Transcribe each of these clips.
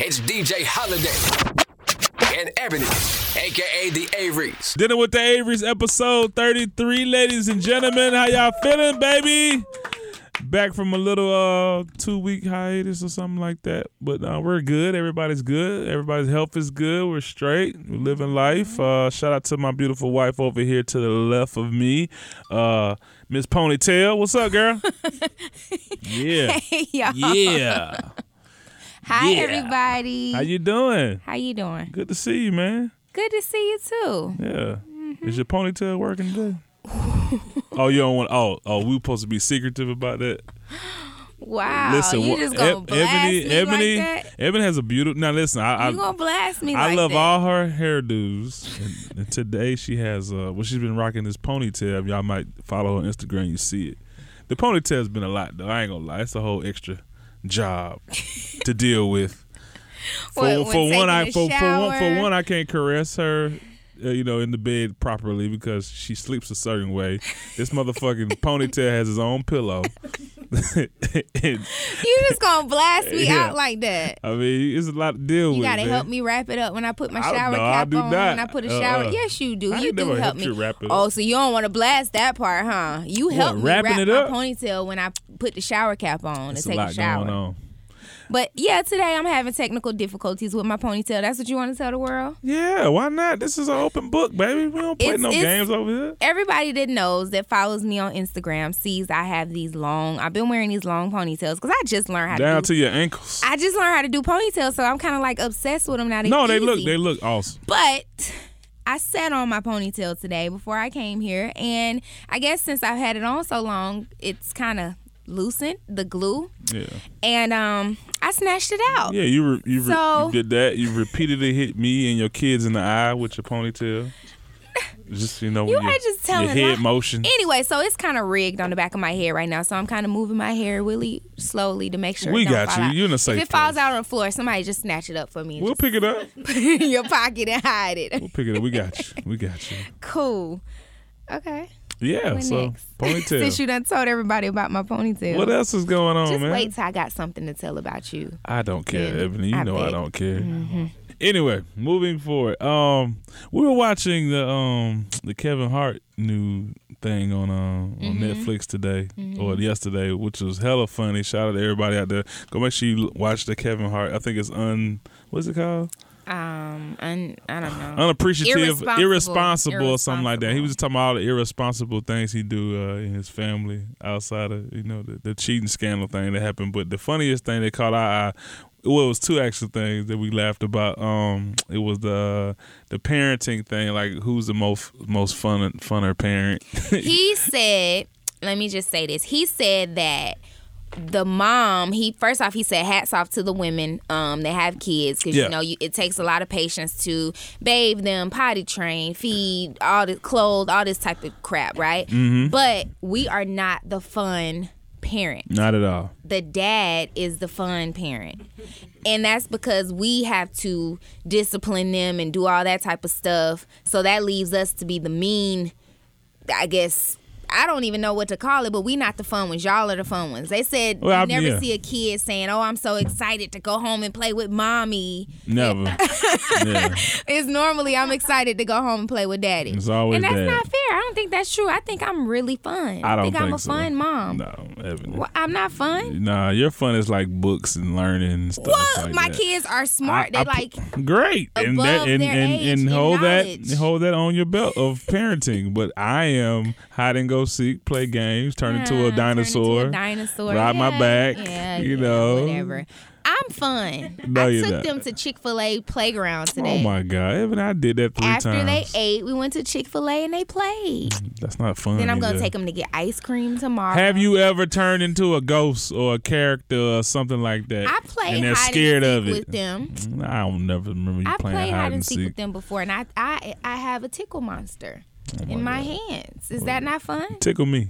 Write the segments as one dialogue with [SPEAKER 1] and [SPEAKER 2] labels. [SPEAKER 1] It's DJ Holiday and Ebony, aka the Aries.
[SPEAKER 2] Dinner with the Averys, episode 33, ladies and gentlemen. How y'all feeling, baby? Back from a little uh two week hiatus or something like that. But uh, we're good. Everybody's good. Everybody's health is good. We're straight. We're living life. Uh shout out to my beautiful wife over here to the left of me. Uh Miss Ponytail. What's up, girl? yeah.
[SPEAKER 3] Hey y'all.
[SPEAKER 2] Yeah.
[SPEAKER 3] Hi
[SPEAKER 2] Yeah.
[SPEAKER 3] everybody.
[SPEAKER 2] How you doing?
[SPEAKER 3] How you doing?
[SPEAKER 2] Good to see you, man.
[SPEAKER 3] Good to see you too.
[SPEAKER 2] Yeah.
[SPEAKER 3] Mm-hmm.
[SPEAKER 2] Is your ponytail working today? oh, you don't want. Oh, oh, we supposed to be secretive about that.
[SPEAKER 3] Wow.
[SPEAKER 2] listen,
[SPEAKER 3] Oh, you
[SPEAKER 2] what-
[SPEAKER 3] just gonna
[SPEAKER 2] Eb-
[SPEAKER 3] blast me
[SPEAKER 2] Ebony,
[SPEAKER 3] like that?
[SPEAKER 2] Ebony has a beautiful. Now listen, I, I,
[SPEAKER 3] you gonna blast me
[SPEAKER 2] I
[SPEAKER 3] like
[SPEAKER 2] love
[SPEAKER 3] that?
[SPEAKER 2] all her hairdos. and, and today she has. Uh, well, she's been rocking this ponytail. Y'all might follow her on Instagram. You see it. The ponytail's been a lot though. I ain't gonna lie. It's a whole extra job to deal with for,
[SPEAKER 3] What, when
[SPEAKER 2] for one,
[SPEAKER 3] taking
[SPEAKER 2] I for,
[SPEAKER 3] a
[SPEAKER 2] for one for
[SPEAKER 3] shower?
[SPEAKER 2] one I can't caress her, uh, you know, in the bed properly because she sleeps a certain way. This motherfucking ponytail has his own pillow. And,
[SPEAKER 3] You just gonna blast me
[SPEAKER 2] Yeah.
[SPEAKER 3] out like that.
[SPEAKER 2] I mean, it's a lot to deal
[SPEAKER 3] You
[SPEAKER 2] with.
[SPEAKER 3] gotta
[SPEAKER 2] man.
[SPEAKER 3] help me wrap it up when I put my
[SPEAKER 2] I-
[SPEAKER 3] shower
[SPEAKER 2] no, I
[SPEAKER 3] cap
[SPEAKER 2] do
[SPEAKER 3] on.
[SPEAKER 2] not.
[SPEAKER 3] When I put a
[SPEAKER 2] Uh-uh.
[SPEAKER 3] shower, yes, you do.
[SPEAKER 2] I
[SPEAKER 3] you
[SPEAKER 2] ain't
[SPEAKER 3] do
[SPEAKER 2] never
[SPEAKER 3] help
[SPEAKER 2] helped
[SPEAKER 3] me.
[SPEAKER 2] you wrap it up.
[SPEAKER 3] oh, so you don't want to blast that part, huh? You help me
[SPEAKER 2] wrapping
[SPEAKER 3] wrap
[SPEAKER 2] it
[SPEAKER 3] my
[SPEAKER 2] up?
[SPEAKER 3] ponytail when I put the shower cap on
[SPEAKER 2] It's
[SPEAKER 3] to
[SPEAKER 2] a
[SPEAKER 3] take
[SPEAKER 2] lot
[SPEAKER 3] a shower.
[SPEAKER 2] going on.
[SPEAKER 3] But yeah, today I'm having technical difficulties with my ponytail. That's what you want to tell the world.
[SPEAKER 2] Yeah, why not? This is an open book, baby. We don't play
[SPEAKER 3] It's-
[SPEAKER 2] no
[SPEAKER 3] it's-
[SPEAKER 2] games over here.
[SPEAKER 3] everybody that knows that follows me on Instagram sees I have these long. I've been wearing these long ponytails because I just learned how
[SPEAKER 2] Down
[SPEAKER 3] to. Do,
[SPEAKER 2] to your ankles.
[SPEAKER 3] I just learned how to do ponytails, so I'm kind of like obsessed with them now.
[SPEAKER 2] no, they
[SPEAKER 3] easy.
[SPEAKER 2] look they look awesome.
[SPEAKER 3] But I sat on my ponytail today before I came here, and I guess since I've had it on so long, it's kind of loosened the glue,
[SPEAKER 2] Yeah,
[SPEAKER 3] and um, I snatched it out.
[SPEAKER 2] yeah. You re, you, re,
[SPEAKER 3] So-
[SPEAKER 2] you did that. You repeatedly hit me and your kids in the eye with your ponytail. Just you know,
[SPEAKER 3] You
[SPEAKER 2] when your,
[SPEAKER 3] are just
[SPEAKER 2] your
[SPEAKER 3] telling
[SPEAKER 2] head
[SPEAKER 3] li-
[SPEAKER 2] motion.
[SPEAKER 3] Anyway, so it's kind of rigged on the back of my head right now, so I'm kind of moving my hair really slowly to make sure.
[SPEAKER 2] We
[SPEAKER 3] it don't
[SPEAKER 2] got
[SPEAKER 3] fall
[SPEAKER 2] you.
[SPEAKER 3] out.
[SPEAKER 2] You're in a
[SPEAKER 3] If
[SPEAKER 2] safe
[SPEAKER 3] it falls
[SPEAKER 2] place.
[SPEAKER 3] out on the floor, somebody just snatch it up for me. and
[SPEAKER 2] We'll
[SPEAKER 3] just
[SPEAKER 2] pick it up.
[SPEAKER 3] put it in your pocket and hide it.
[SPEAKER 2] We'll pick it up. We got you. We got you.
[SPEAKER 3] Cool. Okay.
[SPEAKER 2] Yeah.
[SPEAKER 3] What
[SPEAKER 2] so
[SPEAKER 3] next? Since
[SPEAKER 2] ponytail.
[SPEAKER 3] you done told everybody about my ponytail,
[SPEAKER 2] What else is going on,
[SPEAKER 3] just
[SPEAKER 2] man?
[SPEAKER 3] wait till I got something to tell about you.
[SPEAKER 2] I don't care,
[SPEAKER 3] Really?
[SPEAKER 2] Ebony. You
[SPEAKER 3] I
[SPEAKER 2] know I
[SPEAKER 3] bet. Mm-hmm.
[SPEAKER 2] don't care. Anyway, moving forward. Um, we were watching the um the Kevin Hart new thing on uh, on
[SPEAKER 3] Mm-hmm.
[SPEAKER 2] Netflix today or yesterday, which was hella funny. Shout out to everybody out there. Go make sure you l- watch the Kevin Hart. I think it's un what's it called?
[SPEAKER 3] Um, and I don't know.
[SPEAKER 2] unappreciative, irresponsible,
[SPEAKER 3] Irresponsible.
[SPEAKER 2] or something like that. He
[SPEAKER 3] Irresponsible.
[SPEAKER 2] was just talking about all the irresponsible things he do uh, in his family outside of you know the, the cheating scandal thing that happened. But the funniest thing that caught our eye, well, it was two actual things that we laughed about. Um, it was the the parenting thing, like who's the most most fun funner parent?
[SPEAKER 3] he said, let me just say this. He said that the mom, he first off, he said hats off to the women um, that have kids because
[SPEAKER 2] Yeah.
[SPEAKER 3] you know you, it takes a lot of patience to bathe them, potty train, feed, all the clothes, all this type of crap, right? But we are not the fun parent
[SPEAKER 2] Not at all.
[SPEAKER 3] the dad is the fun parent. And that's because we have to discipline them and do all that type of stuff. So that leaves us to be the mean, I guess. I don't even know what to call it, but we not the fun ones. Y'all are the fun ones. They said
[SPEAKER 2] Well, I-
[SPEAKER 3] you never
[SPEAKER 2] yeah.
[SPEAKER 3] see a kid saying, "Oh, I'm so excited to go home and play with mommy."
[SPEAKER 2] Never. yeah.
[SPEAKER 3] It's normally I'm excited to go home and play with daddy.
[SPEAKER 2] It's always
[SPEAKER 3] and that's
[SPEAKER 2] dad.
[SPEAKER 3] not fair. I don't think that's true. I think I'm really fun.
[SPEAKER 2] I don't
[SPEAKER 3] think, I'm a
[SPEAKER 2] so.
[SPEAKER 3] fun mom.
[SPEAKER 2] No, Ebony.
[SPEAKER 3] Well, I'm not fun.
[SPEAKER 2] Nah, your fun is like books and learning and stuff
[SPEAKER 3] Well,
[SPEAKER 2] like
[SPEAKER 3] my
[SPEAKER 2] that.
[SPEAKER 3] kids are
[SPEAKER 2] I-
[SPEAKER 3] smart. They
[SPEAKER 2] I
[SPEAKER 3] like
[SPEAKER 2] pu- great and that
[SPEAKER 3] above
[SPEAKER 2] and,
[SPEAKER 3] their
[SPEAKER 2] and,
[SPEAKER 3] age
[SPEAKER 2] and
[SPEAKER 3] in
[SPEAKER 2] hold
[SPEAKER 3] knowledge.
[SPEAKER 2] that hold that on your belt of parenting but i am hide and go seek play games turn into
[SPEAKER 3] "Ah,
[SPEAKER 2] a
[SPEAKER 3] turn into
[SPEAKER 2] dinosaur
[SPEAKER 3] a dinosaur.
[SPEAKER 2] ride my
[SPEAKER 3] Yeah,
[SPEAKER 2] back
[SPEAKER 3] Yeah,
[SPEAKER 2] you
[SPEAKER 3] yeah,
[SPEAKER 2] know
[SPEAKER 3] whatever. I'm fun.
[SPEAKER 2] No,
[SPEAKER 3] I
[SPEAKER 2] you're
[SPEAKER 3] took
[SPEAKER 2] not.
[SPEAKER 3] them to Chick Fil A playground today.
[SPEAKER 2] oh my god evan i did that three
[SPEAKER 3] After
[SPEAKER 2] times
[SPEAKER 3] they ate, we went to Chick Fil A and they played.
[SPEAKER 2] that's not fun
[SPEAKER 3] Then I'm gonna
[SPEAKER 2] either.
[SPEAKER 3] take them to get ice cream tomorrow.
[SPEAKER 2] have you ever turned into a ghost or a character or something like that
[SPEAKER 3] I played
[SPEAKER 2] and they're
[SPEAKER 3] hide
[SPEAKER 2] scared
[SPEAKER 3] and
[SPEAKER 2] of
[SPEAKER 3] seek
[SPEAKER 2] it Mm,
[SPEAKER 3] with them.
[SPEAKER 2] i don't never remember you
[SPEAKER 3] I
[SPEAKER 2] playing
[SPEAKER 3] played hide and seek with them before, and I I I have a tickle monster
[SPEAKER 2] Oh,
[SPEAKER 3] in my hands. Is that not fun?
[SPEAKER 2] tickle me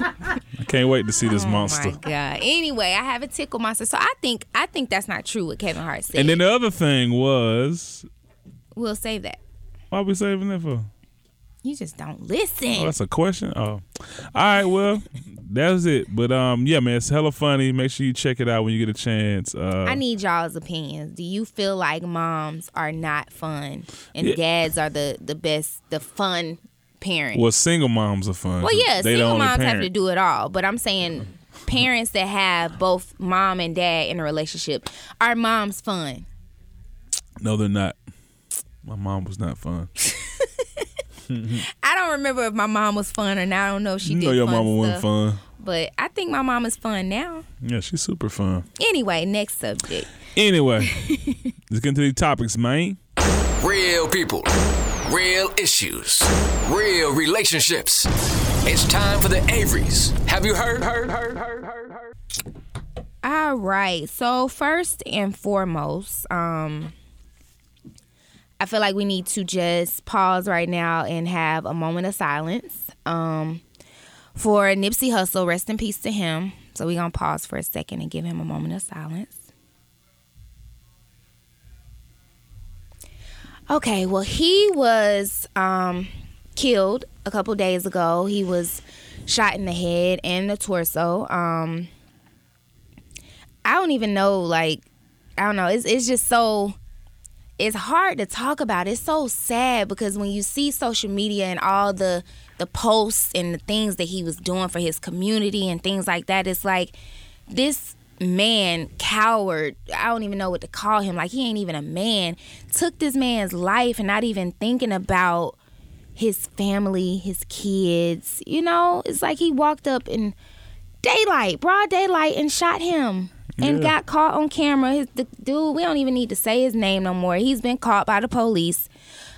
[SPEAKER 2] i can't wait to see this monster
[SPEAKER 3] Oh my god. Anyway, I have a tickle monster, so I think I think that's not true. What Kevin Hart said.
[SPEAKER 2] And then the other thing was,
[SPEAKER 3] we'll save that.
[SPEAKER 2] why we saving that for?
[SPEAKER 3] You just don't listen.
[SPEAKER 2] Oh, that's a question. Oh, all right. Well, that was it. But um, yeah, man, it's hella funny. Make sure you check it out when you get a chance. Uh,
[SPEAKER 3] I need y'all's opinions. Do you feel like moms are not fun and
[SPEAKER 2] Yeah.
[SPEAKER 3] dads are the the best, the fun parent?
[SPEAKER 2] well, single moms are fun.
[SPEAKER 3] well, yeah,
[SPEAKER 2] They the
[SPEAKER 3] single
[SPEAKER 2] only
[SPEAKER 3] moms have
[SPEAKER 2] parent.
[SPEAKER 3] to do it all, but I'm saying parents that have both mom and dad in a relationship are moms fun.
[SPEAKER 2] No, they're not. My mom was not fun.
[SPEAKER 3] I don't remember if my mom was fun or not. I don't know if she
[SPEAKER 2] you
[SPEAKER 3] did
[SPEAKER 2] know your
[SPEAKER 3] fun
[SPEAKER 2] mama wasn't
[SPEAKER 3] stuff,
[SPEAKER 2] fun.
[SPEAKER 3] but I think my mom is fun now.
[SPEAKER 2] Yeah, she's super fun.
[SPEAKER 3] Anyway, next subject.
[SPEAKER 2] Anyway, let's get into these topics, man.
[SPEAKER 1] Real people, real issues, real relationships. It's time for the Averys. Have you heard? Heard? Heard? Heard? Heard? Heard?
[SPEAKER 3] All right. So first and foremost, um I feel like we need to just pause right now and have a moment of silence um for Nipsey Hussle. Rest in peace to him. So we're going to pause for a second and give him a moment of silence. Okay, well, he was um killed a couple days ago. He was shot in the head and the torso. Um I don't even know. Like, I don't know. It's it's just so. It's hard to talk about. It's so sad because when you see social media and all the the posts and the things that he was doing for his community and things like that, it's like this man coward. I don't even know what to call him. Like he ain't even a man. Took this man's life and not even thinking about his family, his kids. You know, it's like he walked up in daylight, broad daylight, and shot him. And
[SPEAKER 2] Yeah.
[SPEAKER 3] got caught on camera. His, the dude, we don't even need to say his name no more. He's been caught by the police,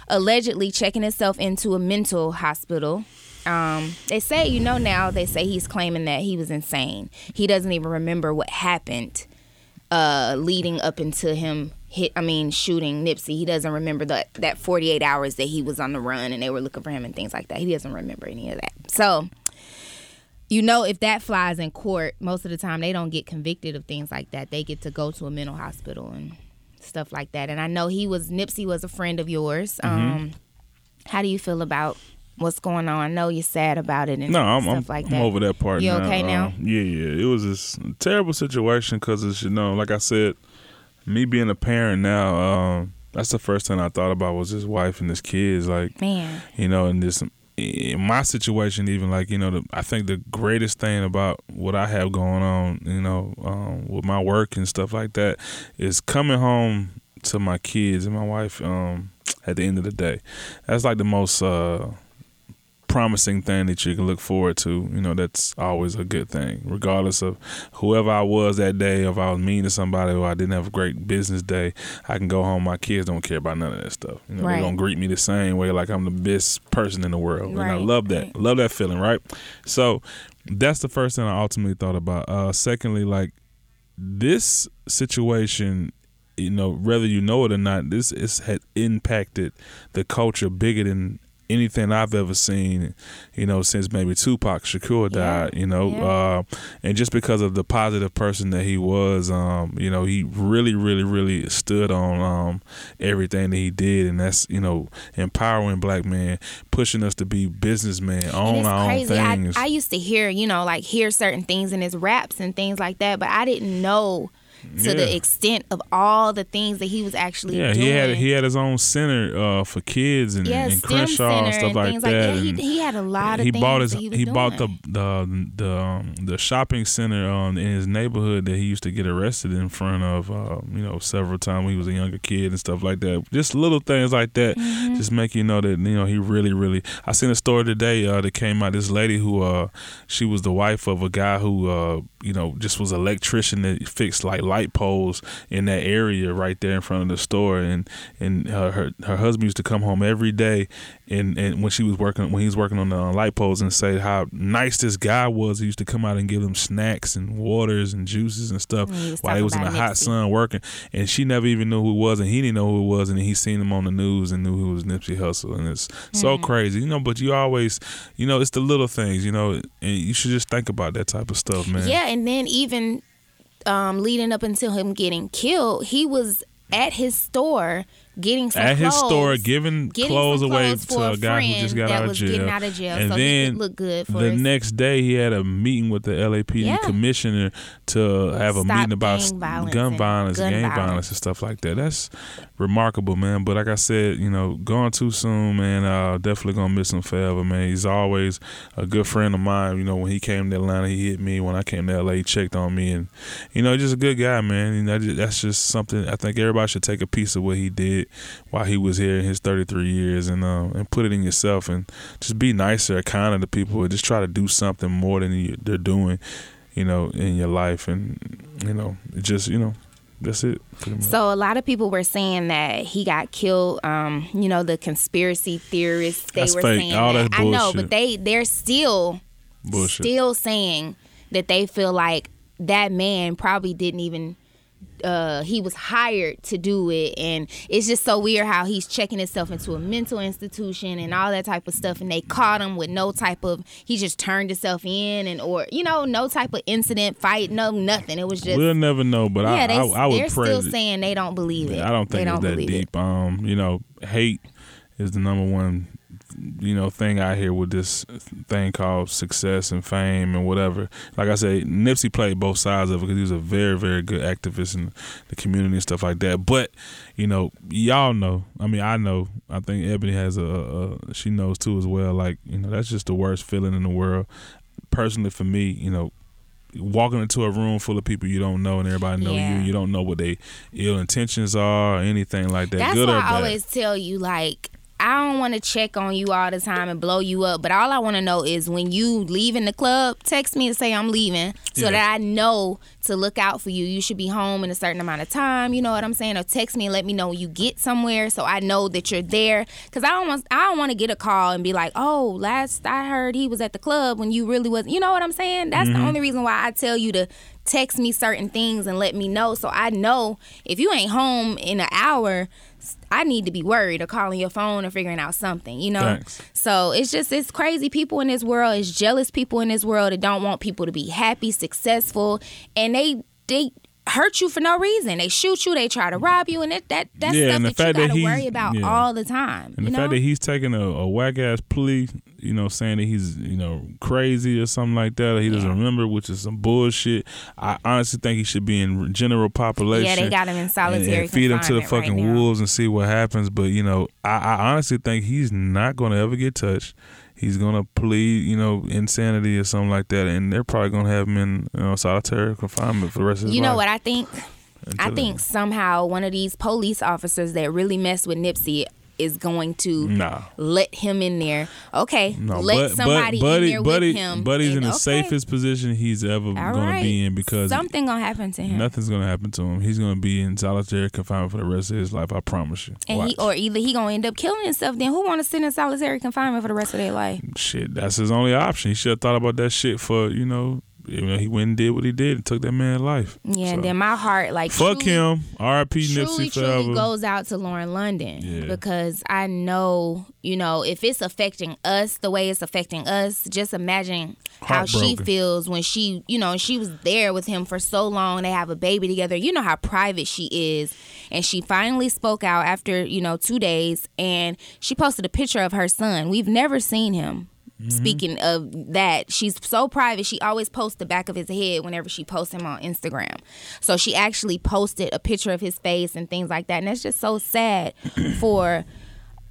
[SPEAKER 3] allegedly checking himself into a mental hospital. Um, they say, you know, now they say he's claiming that he was insane. He doesn't even remember what happened uh, leading up into him hit I mean shooting Nipsey. He doesn't remember that that 48 hours that he was on the run and they were looking for him and things like that. He doesn't remember any of that. So you know if that flies in court, most of the time they don't get convicted of things like that. They get to go to a mental hospital and stuff like that. And I know he was Nipsey was a friend of yours.
[SPEAKER 2] Mm-hmm.
[SPEAKER 3] Um how do you feel about what's going on? I know you're sad about it and
[SPEAKER 2] No, I'm,
[SPEAKER 3] stuff
[SPEAKER 2] I'm,
[SPEAKER 3] like
[SPEAKER 2] I'm
[SPEAKER 3] that.
[SPEAKER 2] over that part
[SPEAKER 3] You
[SPEAKER 2] now.
[SPEAKER 3] okay now?
[SPEAKER 2] Um, yeah, yeah. It was this terrible situation because it's, you know, like I said, me being a parent now, um, that's the first thing I thought about was his wife and his kids. Like,
[SPEAKER 3] Man.
[SPEAKER 2] you know, and this in my situation, even like you know, the, I think the greatest thing about what I have going on, you know, um, with my work and stuff like that, is coming home to my kids and my wife. Um, at the end of the day, that's like the most uh, promising thing that you can look forward to. You know, that's always a good thing, regardless of whoever I was that day. If I was mean to somebody or I didn't have a great business day, I can go home. My kids don't care about none of that stuff. You know,
[SPEAKER 3] Right.
[SPEAKER 2] they're gonna greet me the same way, like I'm the best person in the world, and I
[SPEAKER 3] Right,
[SPEAKER 2] love that.
[SPEAKER 3] right.
[SPEAKER 2] Love that feeling, right? So that's the first thing I ultimately thought about. Uh, secondly, like this situation you know whether you know it or not this is had impacted the culture bigger than anything i've ever seen you know since maybe tupac shakur died you know
[SPEAKER 3] yeah.
[SPEAKER 2] uh, and just because of the positive person that he was um you know he really really really stood on um everything that he did and that's you know empowering black men pushing us to be businessmen
[SPEAKER 3] And
[SPEAKER 2] own our
[SPEAKER 3] it's crazy.
[SPEAKER 2] own things
[SPEAKER 3] I, I used to hear, you know, like hear certain things in his raps and things like that, but I didn't know to
[SPEAKER 2] Yeah.
[SPEAKER 3] the extent of all the things that he was actually
[SPEAKER 2] yeah,
[SPEAKER 3] doing.
[SPEAKER 2] he had he had his own center uh, for kids and,
[SPEAKER 3] yeah,
[SPEAKER 2] and
[SPEAKER 3] STEM
[SPEAKER 2] Crenshaw
[SPEAKER 3] Center
[SPEAKER 2] and stuff
[SPEAKER 3] and
[SPEAKER 2] like
[SPEAKER 3] things
[SPEAKER 2] that.
[SPEAKER 3] like that.
[SPEAKER 2] and-
[SPEAKER 3] He, he had a lot of
[SPEAKER 2] he
[SPEAKER 3] things
[SPEAKER 2] bought his
[SPEAKER 3] that he was
[SPEAKER 2] he
[SPEAKER 3] doing.
[SPEAKER 2] bought the the the um, the shopping center um, in his neighborhood that he used to get arrested in front of uh, you know several times when he was a younger kid and stuff like that. Just little things like that,
[SPEAKER 3] Mm-hmm.
[SPEAKER 2] just make you know that you know he really really. I seen a story today uh, that came out. This lady who uh she was the wife of a guy who uh you know just was an electrician that fixed like light poles in that area right there in front of the store and and her her, her husband used to come home every day and and when she was working when he was working on the uh, light poles and say how nice this guy was he used to come out and give them snacks and waters and juices and stuff
[SPEAKER 3] And he was
[SPEAKER 2] while they
[SPEAKER 3] talking
[SPEAKER 2] was in the
[SPEAKER 3] about
[SPEAKER 2] hot
[SPEAKER 3] Nipsey.
[SPEAKER 2] sun working and she never even knew who it was and he didn't know who it was and he seen him on the news and knew who was Nipsey Hussle and it's
[SPEAKER 3] Mm-hmm.
[SPEAKER 2] so crazy you know but you always you know it's the little things you know and you should just think about that type of stuff man
[SPEAKER 3] Yeah, and then even um, leading up until him getting killed, he was at his store getting some
[SPEAKER 2] at
[SPEAKER 3] clothes.
[SPEAKER 2] his store giving
[SPEAKER 3] Getting
[SPEAKER 2] clothes
[SPEAKER 3] some
[SPEAKER 2] away
[SPEAKER 3] clothes for
[SPEAKER 2] to a guy who
[SPEAKER 3] friend
[SPEAKER 2] just got
[SPEAKER 3] that
[SPEAKER 2] out of
[SPEAKER 3] was
[SPEAKER 2] jail.
[SPEAKER 3] getting out of jail,
[SPEAKER 2] and
[SPEAKER 3] so he
[SPEAKER 2] then
[SPEAKER 3] could look good for
[SPEAKER 2] the
[SPEAKER 3] us.
[SPEAKER 2] next day he had a meeting with the LAPD
[SPEAKER 3] Yeah.
[SPEAKER 2] commissioner to have a
[SPEAKER 3] Stop
[SPEAKER 2] meeting about
[SPEAKER 3] gang
[SPEAKER 2] s-
[SPEAKER 3] violence
[SPEAKER 2] gun
[SPEAKER 3] and
[SPEAKER 2] violence,
[SPEAKER 3] gun
[SPEAKER 2] gang violence.
[SPEAKER 3] violence.
[SPEAKER 2] and stuff like that. That's remarkable, man. But like I said, you know, gone too soon, man. Uh, definitely gonna miss him forever, man. He's always a good friend of mine. You know, when he came to Atlanta, he hit me. When I came to LA, he checked on me, and you know, just a good guy, man. You know, just- that's just something I think everybody should take a piece of what he did while he was here in his 33 years, and uh, and put it in yourself, and just be nicer, kinder to people, and just try to do something more than you, they're doing, you know, in your life, and you know, it just you know, that's it. pretty much.
[SPEAKER 3] So a lot of people were saying that he got killed. Um, you know, the conspiracy theorists they
[SPEAKER 2] That's
[SPEAKER 3] were
[SPEAKER 2] fake.
[SPEAKER 3] saying
[SPEAKER 2] All
[SPEAKER 3] that.
[SPEAKER 2] that
[SPEAKER 3] I know,
[SPEAKER 2] bullshit.
[SPEAKER 3] but they they're still
[SPEAKER 2] Bullshit.
[SPEAKER 3] still saying that they feel like that man probably didn't even uh he was hired to do it and it's just so weird how he's checking himself into a mental institution and all that type of stuff and they caught him with no type of he just turned himself in and or you know no type of incident fight no nothing it was just
[SPEAKER 2] we'll never know, but I,
[SPEAKER 3] yeah, they,
[SPEAKER 2] I, I would
[SPEAKER 3] they're
[SPEAKER 2] pray.
[SPEAKER 3] still
[SPEAKER 2] that-
[SPEAKER 3] saying they don't believe it.
[SPEAKER 2] I don't
[SPEAKER 3] they
[SPEAKER 2] think
[SPEAKER 3] don't
[SPEAKER 2] it's that
[SPEAKER 3] believe
[SPEAKER 2] deep. Um, you know, hate is the number one, you know, thing out here with this thing called success and fame and whatever. Like I say, Nipsey played both sides of it because he was a very, very good activist in the community and stuff like that. But you know, y'all know. I mean, I know. I think Ebony has a, a a- she knows too as well. Like you know, that's just the worst feeling in the world. Personally, for me, you know, walking into a room full of people you don't know and everybody know
[SPEAKER 3] Yeah.
[SPEAKER 2] you you don't know what they ill intentions are or anything like that
[SPEAKER 3] That's
[SPEAKER 2] good
[SPEAKER 3] why
[SPEAKER 2] or
[SPEAKER 3] I
[SPEAKER 2] bad
[SPEAKER 3] always tell you, like, I don't want to check on you all the time and blow you up, but all I want to know is when you leaving the club, text me and say I'm leaving, so
[SPEAKER 2] Yeah.
[SPEAKER 3] that I know to look out for you. You should be home in a certain amount of time. You know what I'm saying? Or text me and let me know when you get somewhere, so I know that you're there. Cause I don't want I don't want to get a call and be like, oh, last I heard he was at the club when you really was. You know what I'm saying? That's the only reason why I tell you to text me certain things and let me know so I know if you ain't home in an hour, I need to be worried or calling your phone or figuring out something, you know?
[SPEAKER 2] Facts.
[SPEAKER 3] So it's just, it's crazy people in this world, it's jealous people in this world that don't want people to be happy, successful, and they, they, hurt you for no reason they shoot you they try to rob you and that that that's
[SPEAKER 2] Yeah,
[SPEAKER 3] stuff
[SPEAKER 2] and the
[SPEAKER 3] that you
[SPEAKER 2] fact that
[SPEAKER 3] gotta
[SPEAKER 2] he's-
[SPEAKER 3] worry about
[SPEAKER 2] yeah.
[SPEAKER 3] all the time
[SPEAKER 2] and
[SPEAKER 3] you
[SPEAKER 2] the
[SPEAKER 3] know
[SPEAKER 2] fact that he's taking a, a whack ass plea you know saying that he's you know crazy or something like that or he doesn't remember which is some bullshit i honestly think he should be in general population
[SPEAKER 3] yeah they got him in
[SPEAKER 2] and-
[SPEAKER 3] solitary
[SPEAKER 2] and feed him to the
[SPEAKER 3] confinement right
[SPEAKER 2] fucking
[SPEAKER 3] now.
[SPEAKER 2] wolves and see what happens. But you know, I, I honestly think he's not going to ever get touched. He's going to plead, you know, insanity or something like that, and they're probably going to have him in you know, solitary confinement for the rest of his
[SPEAKER 3] you
[SPEAKER 2] life.
[SPEAKER 3] know what i think I
[SPEAKER 2] until then.
[SPEAKER 3] think somehow one of these police officers that really messed with Nipsey is going to
[SPEAKER 2] Nah.
[SPEAKER 3] let him in there. Okay,
[SPEAKER 2] Mm. No,
[SPEAKER 3] let
[SPEAKER 2] but,
[SPEAKER 3] somebody
[SPEAKER 2] but, buddy,
[SPEAKER 3] in there
[SPEAKER 2] buddy,
[SPEAKER 3] with him.
[SPEAKER 2] Buddy's
[SPEAKER 3] and-
[SPEAKER 2] in the
[SPEAKER 3] okay,
[SPEAKER 2] safest position he's ever
[SPEAKER 3] all
[SPEAKER 2] going to be
[SPEAKER 3] right,
[SPEAKER 2] in because
[SPEAKER 3] something gonna happen to him.
[SPEAKER 2] nothing's going to happen to him. He's going to be in solitary confinement for the rest of his life. I promise you.
[SPEAKER 3] And
[SPEAKER 2] Watch.
[SPEAKER 3] he, or either he gonna end up killing himself. Then who want to sit in solitary confinement for the rest of their life?
[SPEAKER 2] shit, that's his only option. He should have thought about that shit for you know. You know, he went and did what he did and took that man's life.
[SPEAKER 3] Yeah.
[SPEAKER 2] So,
[SPEAKER 3] and Then my heart, like,
[SPEAKER 2] fuck
[SPEAKER 3] truly-
[SPEAKER 2] him. R.I.P.
[SPEAKER 3] truly,
[SPEAKER 2] Nipsey
[SPEAKER 3] truly
[SPEAKER 2] forever.
[SPEAKER 3] goes out to Lauren London
[SPEAKER 2] Yeah.
[SPEAKER 3] because I know, you know, if it's affecting us the way it's affecting us, just imagine how she
[SPEAKER 2] Heartbroken.
[SPEAKER 3] feels when she, you know, she was there with him for so long. They have a baby together. You know how private she is. And she finally spoke out after, you know, two days and she posted a picture of her son. We've never seen him. Speaking of that, she's so private. She always posts the back of his head whenever she posts him on Instagram. So she actually posted a picture of his face and things like that. And that's just so sad for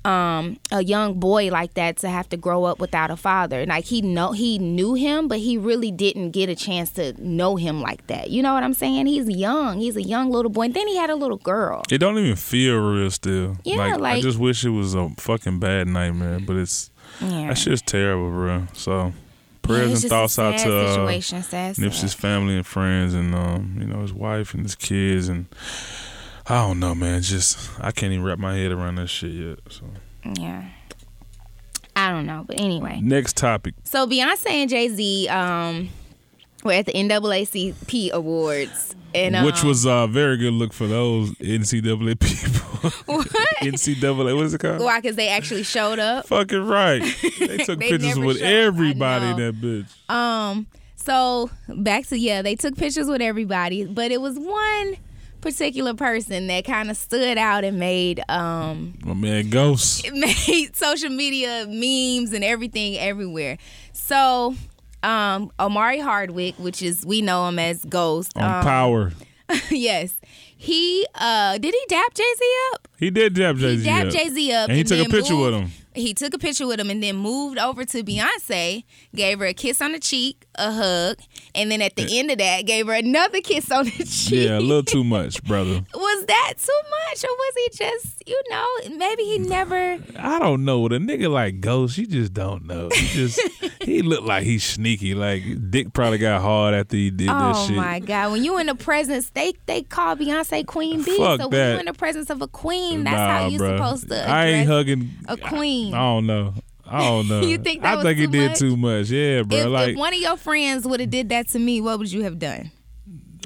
[SPEAKER 3] um, a young boy like that to have to grow up without a father. Like he know he knew him, but he really didn't get a chance to know him like that. You know what I'm saying? He's young. He's a young little boy. And then he had a little girl.
[SPEAKER 2] It don't even feel real still.
[SPEAKER 3] Yeah,
[SPEAKER 2] I
[SPEAKER 3] like-
[SPEAKER 2] just wish it was a fucking bad nightmare, but it's
[SPEAKER 3] Yeah.
[SPEAKER 2] that shit's terrible, bro. So
[SPEAKER 3] Yeah,
[SPEAKER 2] prayers
[SPEAKER 3] it's
[SPEAKER 2] and
[SPEAKER 3] just
[SPEAKER 2] thoughts
[SPEAKER 3] a
[SPEAKER 2] out
[SPEAKER 3] sad
[SPEAKER 2] to uh,
[SPEAKER 3] situation. Sad, sad.
[SPEAKER 2] Nipsey's family and friends, and um, you know his wife and his kids, and I don't know, man. Just I can't even wrap my head around that shit yet. So
[SPEAKER 3] Yeah. I don't know, but anyway.
[SPEAKER 2] next topic.
[SPEAKER 3] So Beyonce and Jay Z um, were at the NAACP awards, and um,
[SPEAKER 2] Which was a very good look for those NCAA people. NCAA, what is it called?
[SPEAKER 3] why because they actually showed up.
[SPEAKER 2] Fucking right. They took
[SPEAKER 3] They
[SPEAKER 2] pictures
[SPEAKER 3] never
[SPEAKER 2] with
[SPEAKER 3] showed- I
[SPEAKER 2] everybody in
[SPEAKER 3] know.
[SPEAKER 2] that bitch.
[SPEAKER 3] Um, so back to yeah, they took pictures with everybody, but it was one particular person that kind of stood out and made um,
[SPEAKER 2] My man, Ghost.
[SPEAKER 3] it made social media memes and everything everywhere. So, um, Omari Hardwick, which is we know him as Ghost.
[SPEAKER 2] On
[SPEAKER 3] Um,
[SPEAKER 2] power.
[SPEAKER 3] yes, he uh, did he dap Jay Z up?
[SPEAKER 2] He did dab Jay
[SPEAKER 3] He
[SPEAKER 2] Z.
[SPEAKER 3] dapped Jay Z up,
[SPEAKER 2] And he took a
[SPEAKER 3] then
[SPEAKER 2] picture with
[SPEAKER 3] moved-
[SPEAKER 2] him.
[SPEAKER 3] He took a picture with him, and then moved over to Beyonce, gave her a kiss on the cheek, a hug, and then at the end of that, gave her another kiss on the cheek.
[SPEAKER 2] Yeah, a little too much, brother.
[SPEAKER 3] was that too much, or was he just, you know, maybe he never?
[SPEAKER 2] I don't know. With a nigga like Ghost, you just don't know. He just he looked like he's sneaky. Like Dick probably got hard after he did that
[SPEAKER 3] Oh
[SPEAKER 2] shit.
[SPEAKER 3] my God! When you in the presence, they they call Beyonce Queen B.
[SPEAKER 2] Fuck
[SPEAKER 3] so when
[SPEAKER 2] that.
[SPEAKER 3] you in the presence of a queen, that's
[SPEAKER 2] nah,
[SPEAKER 3] how you
[SPEAKER 2] bruh.
[SPEAKER 3] supposed to.
[SPEAKER 2] I ain't
[SPEAKER 3] address
[SPEAKER 2] hugging
[SPEAKER 3] a queen.
[SPEAKER 2] I, don't know. I don't know.
[SPEAKER 3] You think that
[SPEAKER 2] I
[SPEAKER 3] was
[SPEAKER 2] think he
[SPEAKER 3] too
[SPEAKER 2] did
[SPEAKER 3] much?
[SPEAKER 2] too much. Yeah, bro.
[SPEAKER 3] if,
[SPEAKER 2] like
[SPEAKER 3] if one of your friends would have did that to me, what would you have done?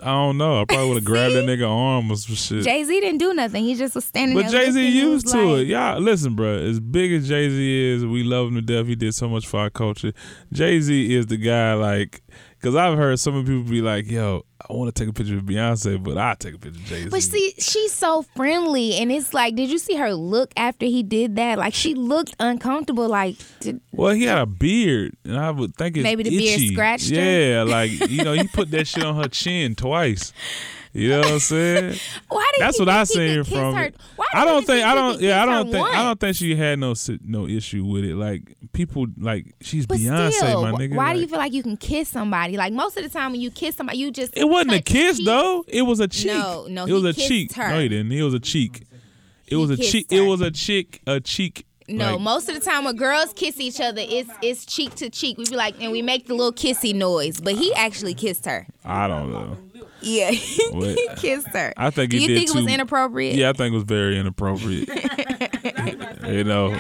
[SPEAKER 2] I don't know. I probably would have grabbed that nigga arm or some shit.
[SPEAKER 3] Jay Z didn't do nothing. He just was standing
[SPEAKER 2] But
[SPEAKER 3] there.
[SPEAKER 2] Jay Z
[SPEAKER 3] looking. He
[SPEAKER 2] used
[SPEAKER 3] was
[SPEAKER 2] to
[SPEAKER 3] like-
[SPEAKER 2] it. Y'all, listen, bruh. As big as Jay Z is, we love him to death. He did so much for our culture. Jay Z is the guy, like, because I've heard some people be like, yo, I want to take a picture of Beyonce, but I take a picture of Jay Z.
[SPEAKER 3] But see, she's so friendly, and it's like, did you see her look after he did that? Like she looked uncomfortable. Like, did,
[SPEAKER 2] well, he had a beard, and I would think it's
[SPEAKER 3] Maybe the beard
[SPEAKER 2] itchy.
[SPEAKER 3] scratched her?
[SPEAKER 2] Yeah, like, you know, he put that shit on her chin twice. You know what I'm saying?
[SPEAKER 3] why did
[SPEAKER 2] That's
[SPEAKER 3] he
[SPEAKER 2] what I
[SPEAKER 3] think he
[SPEAKER 2] seen
[SPEAKER 3] could kiss
[SPEAKER 2] from
[SPEAKER 3] her?
[SPEAKER 2] it.
[SPEAKER 3] Why
[SPEAKER 2] I
[SPEAKER 3] did he
[SPEAKER 2] don't think I
[SPEAKER 3] he
[SPEAKER 2] don't
[SPEAKER 3] could
[SPEAKER 2] yeah I
[SPEAKER 3] kiss her
[SPEAKER 2] don't think I
[SPEAKER 3] once?
[SPEAKER 2] don't think she had no si- no issue with it. Like people like she's
[SPEAKER 3] But
[SPEAKER 2] Beyonce,
[SPEAKER 3] still,
[SPEAKER 2] my
[SPEAKER 3] wh-
[SPEAKER 2] nigga.
[SPEAKER 3] why
[SPEAKER 2] like-
[SPEAKER 3] do you feel like you can kiss somebody? Like most of the time when you kiss somebody, you just
[SPEAKER 2] It wasn't a
[SPEAKER 3] touch
[SPEAKER 2] kiss
[SPEAKER 3] cheek.
[SPEAKER 2] though. It was a cheek.
[SPEAKER 3] No, no,
[SPEAKER 2] it was
[SPEAKER 3] he
[SPEAKER 2] a
[SPEAKER 3] kissed
[SPEAKER 2] cheek.
[SPEAKER 3] her.
[SPEAKER 2] No, he didn't. It was a cheek. It was a
[SPEAKER 3] kissed
[SPEAKER 2] cheek. It
[SPEAKER 3] her.
[SPEAKER 2] was a chick. A cheek.
[SPEAKER 3] No,
[SPEAKER 2] like,
[SPEAKER 3] most of the time when girls kiss each other, it's it's cheek to cheek. We be like, and we make the little kissy noise, but he actually kissed her.
[SPEAKER 2] I don't know.
[SPEAKER 3] Yeah, he
[SPEAKER 2] What?
[SPEAKER 3] kissed her.
[SPEAKER 2] I think
[SPEAKER 3] Do
[SPEAKER 2] he
[SPEAKER 3] you
[SPEAKER 2] did
[SPEAKER 3] think it was
[SPEAKER 2] too.
[SPEAKER 3] inappropriate?
[SPEAKER 2] Yeah, I think it was very inappropriate. you know.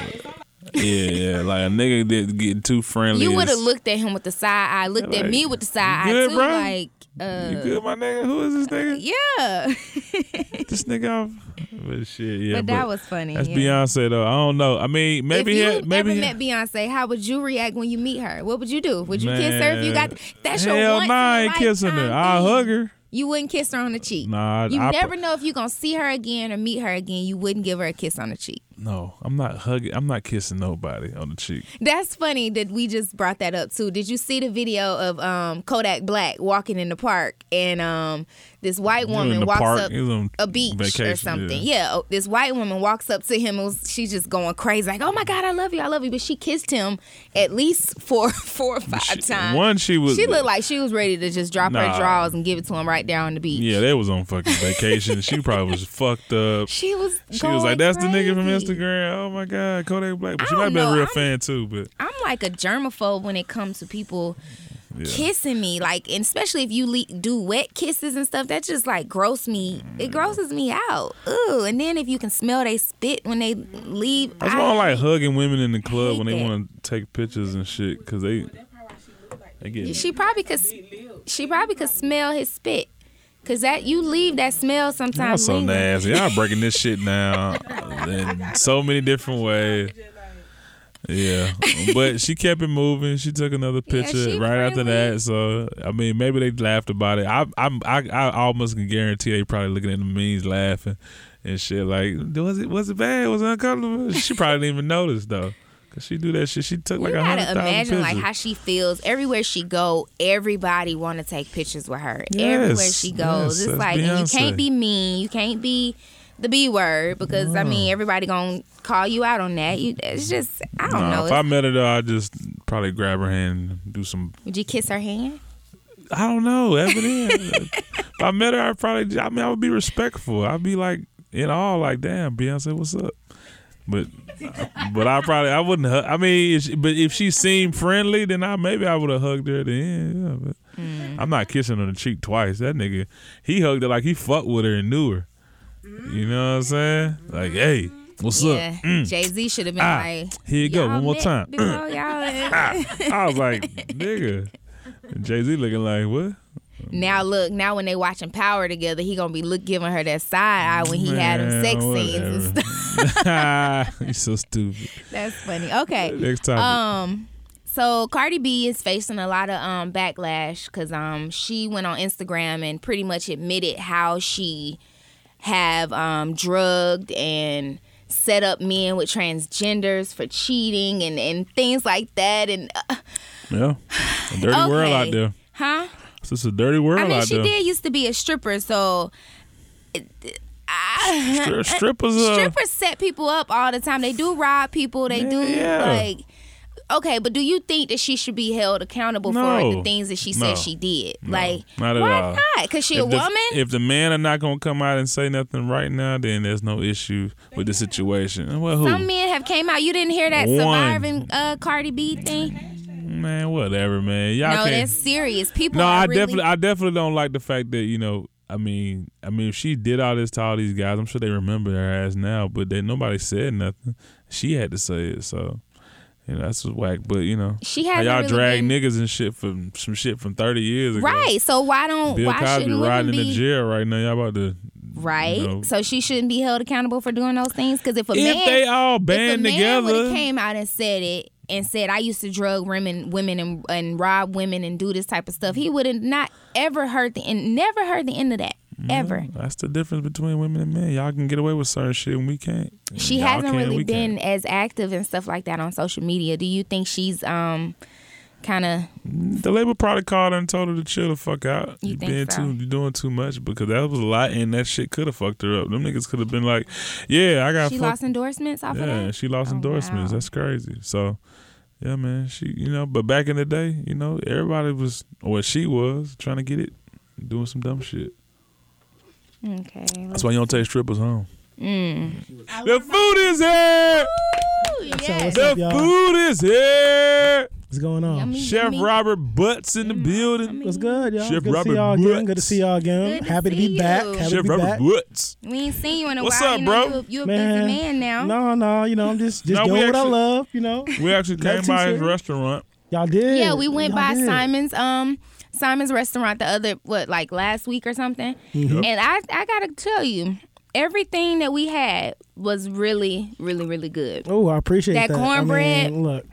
[SPEAKER 2] Yeah, yeah. Like a nigga did get too friendly.
[SPEAKER 3] You
[SPEAKER 2] and
[SPEAKER 3] would have
[SPEAKER 2] s-
[SPEAKER 3] looked at him with the side eye, looked at
[SPEAKER 2] Like,
[SPEAKER 3] me with the side
[SPEAKER 2] you
[SPEAKER 3] eye
[SPEAKER 2] good,
[SPEAKER 3] too,
[SPEAKER 2] bro?
[SPEAKER 3] like, uh,
[SPEAKER 2] You good, my nigga? Who is this nigga?
[SPEAKER 3] yeah.
[SPEAKER 2] This nigga off. But shit, yeah.
[SPEAKER 3] but that was funny.
[SPEAKER 2] That's
[SPEAKER 3] yeah.
[SPEAKER 2] Beyonce though. I don't know. I mean, maybe
[SPEAKER 3] if you
[SPEAKER 2] he had- maybe
[SPEAKER 3] ever
[SPEAKER 2] he-
[SPEAKER 3] met Beyonce, how would you react when you meet her? What would you do? Would you kiss her if you got that's
[SPEAKER 2] hell
[SPEAKER 3] your once
[SPEAKER 2] nah, I
[SPEAKER 3] in a
[SPEAKER 2] ain't kissing her.
[SPEAKER 3] lifetime
[SPEAKER 2] I'll
[SPEAKER 3] thing.
[SPEAKER 2] hug her.
[SPEAKER 3] You wouldn't kiss her on the cheek.
[SPEAKER 2] Nah, I-
[SPEAKER 3] you
[SPEAKER 2] I-
[SPEAKER 3] never know if you're gonna see her again or meet her again. You wouldn't give her a kiss on the cheek.
[SPEAKER 2] No, I'm not hugging. I'm not kissing nobody on the cheek.
[SPEAKER 3] That's funny that we just brought that up too. Did you see the video of um, Kodak Black walking in the park and um, this white
[SPEAKER 2] He was in
[SPEAKER 3] woman
[SPEAKER 2] the
[SPEAKER 3] walks
[SPEAKER 2] park.
[SPEAKER 3] up
[SPEAKER 2] He was on
[SPEAKER 3] a beach
[SPEAKER 2] vacation,
[SPEAKER 3] or something. Yeah. oh, this white woman walks up to him and was, she's just going crazy, like, "Oh my God, I love you, I love you." But she kissed him at least four, four or five
[SPEAKER 2] She-
[SPEAKER 3] times.
[SPEAKER 2] One, she was.
[SPEAKER 3] she looked like she was ready to just drop
[SPEAKER 2] Nah.
[SPEAKER 3] her drawers and give it to him right there on the beach.
[SPEAKER 2] Yeah, they was on fucking vacation. she probably was fucked up.
[SPEAKER 3] She was.
[SPEAKER 2] She was like, "That's the nigga from
[SPEAKER 3] Instagram."
[SPEAKER 2] Instagram." Oh my god, Kodak Black. But she
[SPEAKER 3] I
[SPEAKER 2] might have
[SPEAKER 3] don't
[SPEAKER 2] been a
[SPEAKER 3] know.
[SPEAKER 2] real
[SPEAKER 3] I'm-
[SPEAKER 2] fan too. But
[SPEAKER 3] I'm like a germaphobe when it comes to people
[SPEAKER 2] Yeah.
[SPEAKER 3] kissing me, like, and especially if you le- do wet kisses and stuff. That just like gross me.
[SPEAKER 2] Mm.
[SPEAKER 3] It grosses me out. Ooh, and then if you can smell they spit when they leave,
[SPEAKER 2] that's why I don't like hugging women in the club
[SPEAKER 3] hate
[SPEAKER 2] when they
[SPEAKER 3] that.
[SPEAKER 2] want to take pictures and shit because they they get
[SPEAKER 3] She probably could. s- She probably could smell his spit, cause that you leave that smell
[SPEAKER 2] Y'all
[SPEAKER 3] sometimes.
[SPEAKER 2] so
[SPEAKER 3] lingering.
[SPEAKER 2] nasty. Y'all breaking this shit down in so many different ways. Yeah, but she kept it moving. She took another
[SPEAKER 3] Yeah,
[SPEAKER 2] picture
[SPEAKER 3] she
[SPEAKER 2] right after that. So I mean, maybe they laughed about it. I I'm, I I almost can guarantee they probably looking at the memes laughing and shit. Like, was it was it bad? Was it uncomfortable? She probably didn't even notice though, cause she do that shit. She took like
[SPEAKER 3] you
[SPEAKER 2] a
[SPEAKER 3] gotta
[SPEAKER 2] hundred thousand
[SPEAKER 3] imagine
[SPEAKER 2] pictures.
[SPEAKER 3] like how she feels everywhere she go everybody want to take pictures with her
[SPEAKER 2] Yes,
[SPEAKER 3] everywhere she goes
[SPEAKER 2] yes,
[SPEAKER 3] it's
[SPEAKER 2] that's
[SPEAKER 3] like and you
[SPEAKER 2] Beyonce.
[SPEAKER 3] can't be mean you can't be the b word because i mean everybody gonna call you out on that you it's just i don't
[SPEAKER 2] Nah,
[SPEAKER 3] know
[SPEAKER 2] if I
[SPEAKER 3] It's-
[SPEAKER 2] met her though, I'd just probably grab her hand and do some
[SPEAKER 3] would you kiss her hand
[SPEAKER 2] I don't know. Evidence. if I met her, I probably. I mean, I would be respectful. I'd be like in awe, like, damn, Beyonce, what's up? But, but I probably I wouldn't. Hug, I mean, if she, but if she seemed friendly, then I maybe I would have hugged her at the end. Yeah, but
[SPEAKER 3] Mm.
[SPEAKER 2] I'm not kissing her on the cheek twice. That nigga, he hugged her like he fucked with her and knew her. You know what I'm saying? Like, hey, what's
[SPEAKER 3] yeah
[SPEAKER 2] up?
[SPEAKER 3] jay-z should have been
[SPEAKER 2] mm. Ah,
[SPEAKER 3] like
[SPEAKER 2] here you go,
[SPEAKER 3] "Y'all
[SPEAKER 2] one more
[SPEAKER 3] met
[SPEAKER 2] time." Ah.
[SPEAKER 3] before y'all
[SPEAKER 2] I was like, nigga. Jay Z looking like what?
[SPEAKER 3] now look now when they watching power together he gonna be look giving her that side eye when he had them sex scenes and stuff
[SPEAKER 2] stuff. He's so stupid.
[SPEAKER 3] that's funny okay
[SPEAKER 2] Next time.
[SPEAKER 3] Um, so Cardi B is facing a lot of um backlash because um she went on Instagram and pretty much admitted how she have um, drugged and set up men with transgenders for cheating and, and things like that. And uh,
[SPEAKER 2] Yeah. A dirty world out
[SPEAKER 3] okay.
[SPEAKER 2] there.
[SPEAKER 3] huh?
[SPEAKER 2] It's just a dirty world
[SPEAKER 3] I mean,
[SPEAKER 2] out
[SPEAKER 3] she
[SPEAKER 2] there.
[SPEAKER 3] did used to be a stripper, so
[SPEAKER 2] Stri- strippers. Uh,
[SPEAKER 3] strippers set people up all the time. They do rob people. They do
[SPEAKER 2] Yeah.
[SPEAKER 3] like. Okay, but do you think that she should be held accountable
[SPEAKER 2] No.
[SPEAKER 3] for the things that she
[SPEAKER 2] No.
[SPEAKER 3] said she did? like,
[SPEAKER 2] not at
[SPEAKER 3] why
[SPEAKER 2] all.
[SPEAKER 3] not? Cause she a
[SPEAKER 2] if the,
[SPEAKER 3] woman.
[SPEAKER 2] If the men are not gonna come out and say nothing right now, then there's no issue with the situation. Well, who?
[SPEAKER 3] Some men have came out. You didn't hear that
[SPEAKER 2] One.
[SPEAKER 3] surviving uh, Cardi B thing?
[SPEAKER 2] man, whatever, man. Y'all
[SPEAKER 3] no,
[SPEAKER 2] can't.
[SPEAKER 3] that's serious. People.
[SPEAKER 2] no,
[SPEAKER 3] are
[SPEAKER 2] I
[SPEAKER 3] really,
[SPEAKER 2] definitely, I definitely don't like the fact that you know. I mean, I mean, if she did all this to all these guys, I'm sure they remember her ass now. But they nobody said nothing. She had to say it, so you know that's just whack. But you know,
[SPEAKER 3] She
[SPEAKER 2] how
[SPEAKER 3] hasn't
[SPEAKER 2] y'all
[SPEAKER 3] really
[SPEAKER 2] drag
[SPEAKER 3] been-
[SPEAKER 2] niggas and shit from some shit from 30 years ago.
[SPEAKER 3] right. So why don't
[SPEAKER 2] Bill
[SPEAKER 3] why
[SPEAKER 2] Cosby
[SPEAKER 3] shouldn't women
[SPEAKER 2] riding
[SPEAKER 3] be
[SPEAKER 2] in the jail right now. Y'all about to.
[SPEAKER 3] right?
[SPEAKER 2] No.
[SPEAKER 3] So she shouldn't be held accountable for doing those things. Because if a
[SPEAKER 2] If
[SPEAKER 3] man,
[SPEAKER 2] they all
[SPEAKER 3] if a
[SPEAKER 2] band
[SPEAKER 3] man would
[SPEAKER 2] together,
[SPEAKER 3] have came out and said it and said I used to drug women, women and, and rob women and do this type of stuff, he would have not ever heard the end, never heard the end of that
[SPEAKER 2] Mm-hmm.
[SPEAKER 3] ever.
[SPEAKER 2] That's the difference between women and men. Y'all can get away with certain shit and we can't. And
[SPEAKER 3] She
[SPEAKER 2] y'all
[SPEAKER 3] hasn't
[SPEAKER 2] can,
[SPEAKER 3] really
[SPEAKER 2] we
[SPEAKER 3] been
[SPEAKER 2] can't.
[SPEAKER 3] as active and stuff like that on social media. Do you think she's um kind of
[SPEAKER 2] The labor probably called her and told her to chill the fuck out.
[SPEAKER 3] You
[SPEAKER 2] You
[SPEAKER 3] think
[SPEAKER 2] being
[SPEAKER 3] so?
[SPEAKER 2] too you doing too much because that was a lot and that shit could have fucked her up. Them niggas could have been like, Yeah, I got
[SPEAKER 3] she
[SPEAKER 2] fucked
[SPEAKER 3] lost endorsements off
[SPEAKER 2] Yeah,
[SPEAKER 3] of that?
[SPEAKER 2] she lost
[SPEAKER 3] Oh,
[SPEAKER 2] endorsements.
[SPEAKER 3] wow.
[SPEAKER 2] That's crazy. So, yeah, man, she, you know, but back in the day, you know, everybody was, or she was, trying to get it, doing some dumb shit.
[SPEAKER 3] Okay.
[SPEAKER 2] That's why you don't take strippers home.
[SPEAKER 3] Mm.
[SPEAKER 2] The food is here.
[SPEAKER 3] yes.
[SPEAKER 2] The
[SPEAKER 4] up, y'all?
[SPEAKER 2] food is here.
[SPEAKER 4] What's going on?
[SPEAKER 3] Yummy,
[SPEAKER 2] Chef
[SPEAKER 3] yummy.
[SPEAKER 2] Robert Butts in the building.
[SPEAKER 4] What's good, y'all?
[SPEAKER 2] Chef
[SPEAKER 4] good to
[SPEAKER 2] Robert
[SPEAKER 4] see y'all again. Good to
[SPEAKER 2] Brooks.
[SPEAKER 4] see y'all
[SPEAKER 3] Good
[SPEAKER 4] again.
[SPEAKER 3] to
[SPEAKER 4] Happy to
[SPEAKER 3] see
[SPEAKER 4] be back.
[SPEAKER 3] you.
[SPEAKER 4] Happy to
[SPEAKER 2] Chef
[SPEAKER 4] be
[SPEAKER 2] Robert
[SPEAKER 4] back.
[SPEAKER 2] Butts.
[SPEAKER 3] We ain't seen you in a
[SPEAKER 2] What's
[SPEAKER 3] while.
[SPEAKER 2] up,
[SPEAKER 3] you know,
[SPEAKER 2] bro?
[SPEAKER 3] You, you a
[SPEAKER 4] Man,
[SPEAKER 3] busy man now.
[SPEAKER 4] No, no, you know, I'm just just
[SPEAKER 2] No,
[SPEAKER 4] doing
[SPEAKER 2] we
[SPEAKER 4] what I
[SPEAKER 2] actually-
[SPEAKER 4] love, you know.
[SPEAKER 2] We actually came
[SPEAKER 4] That's
[SPEAKER 2] by
[SPEAKER 4] too
[SPEAKER 2] his
[SPEAKER 4] soon.
[SPEAKER 2] restaurant.
[SPEAKER 4] Y'all did.
[SPEAKER 3] Yeah, we went
[SPEAKER 4] Y'all
[SPEAKER 3] by
[SPEAKER 4] did.
[SPEAKER 3] Simon's um Simon's restaurant the other what like last week or something.
[SPEAKER 2] Mm-hmm.
[SPEAKER 3] And I I gotta tell you, everything that we had was really really really good.
[SPEAKER 4] Oh, I appreciate
[SPEAKER 3] That
[SPEAKER 4] that. I
[SPEAKER 3] cornbread.
[SPEAKER 4] mean, look,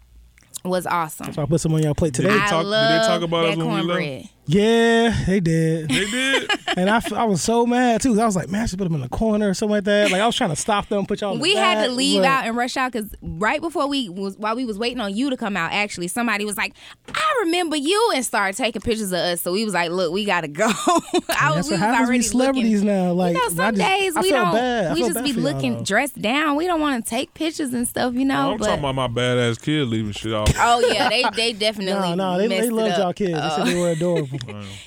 [SPEAKER 3] Was awesome.
[SPEAKER 4] so I put some on y'all plate today.
[SPEAKER 2] They
[SPEAKER 3] I
[SPEAKER 2] talk- did they
[SPEAKER 3] love
[SPEAKER 2] talk about
[SPEAKER 3] that
[SPEAKER 2] us when we left?
[SPEAKER 3] cornbread.
[SPEAKER 4] Yeah, they did.
[SPEAKER 2] They did.
[SPEAKER 4] and I, f- I was so mad too. 'cause I was like, man, I should put them in the corner or something like that. Like I was trying to stop them, put y'all. in the
[SPEAKER 3] We had
[SPEAKER 4] back.
[SPEAKER 3] to leave
[SPEAKER 4] Look,
[SPEAKER 3] out and rush out because right before we was while we was waiting on you to come out, actually somebody was like, "I remember you," and started taking pictures of us. So we was like, "Look, we gotta go." I
[SPEAKER 4] That's
[SPEAKER 3] we
[SPEAKER 4] what happens with celebrities now. Like
[SPEAKER 3] you know,
[SPEAKER 4] I
[SPEAKER 3] some
[SPEAKER 4] just-
[SPEAKER 3] days
[SPEAKER 4] I
[SPEAKER 3] we
[SPEAKER 4] felt
[SPEAKER 3] don't.
[SPEAKER 4] Bad. I
[SPEAKER 3] We
[SPEAKER 4] felt
[SPEAKER 3] just
[SPEAKER 4] bad
[SPEAKER 3] be
[SPEAKER 4] for y'all,
[SPEAKER 3] looking
[SPEAKER 4] though.
[SPEAKER 3] dressed down. We don't want to take pictures and stuff, you know.
[SPEAKER 4] Oh,
[SPEAKER 2] I'm
[SPEAKER 3] but
[SPEAKER 2] talking about my badass kid leaving shit off.
[SPEAKER 3] oh yeah, they they definitely
[SPEAKER 4] No, no, they,
[SPEAKER 3] messed
[SPEAKER 4] they
[SPEAKER 3] it
[SPEAKER 4] loved
[SPEAKER 3] up.
[SPEAKER 4] y'all kids. They said they were adorable.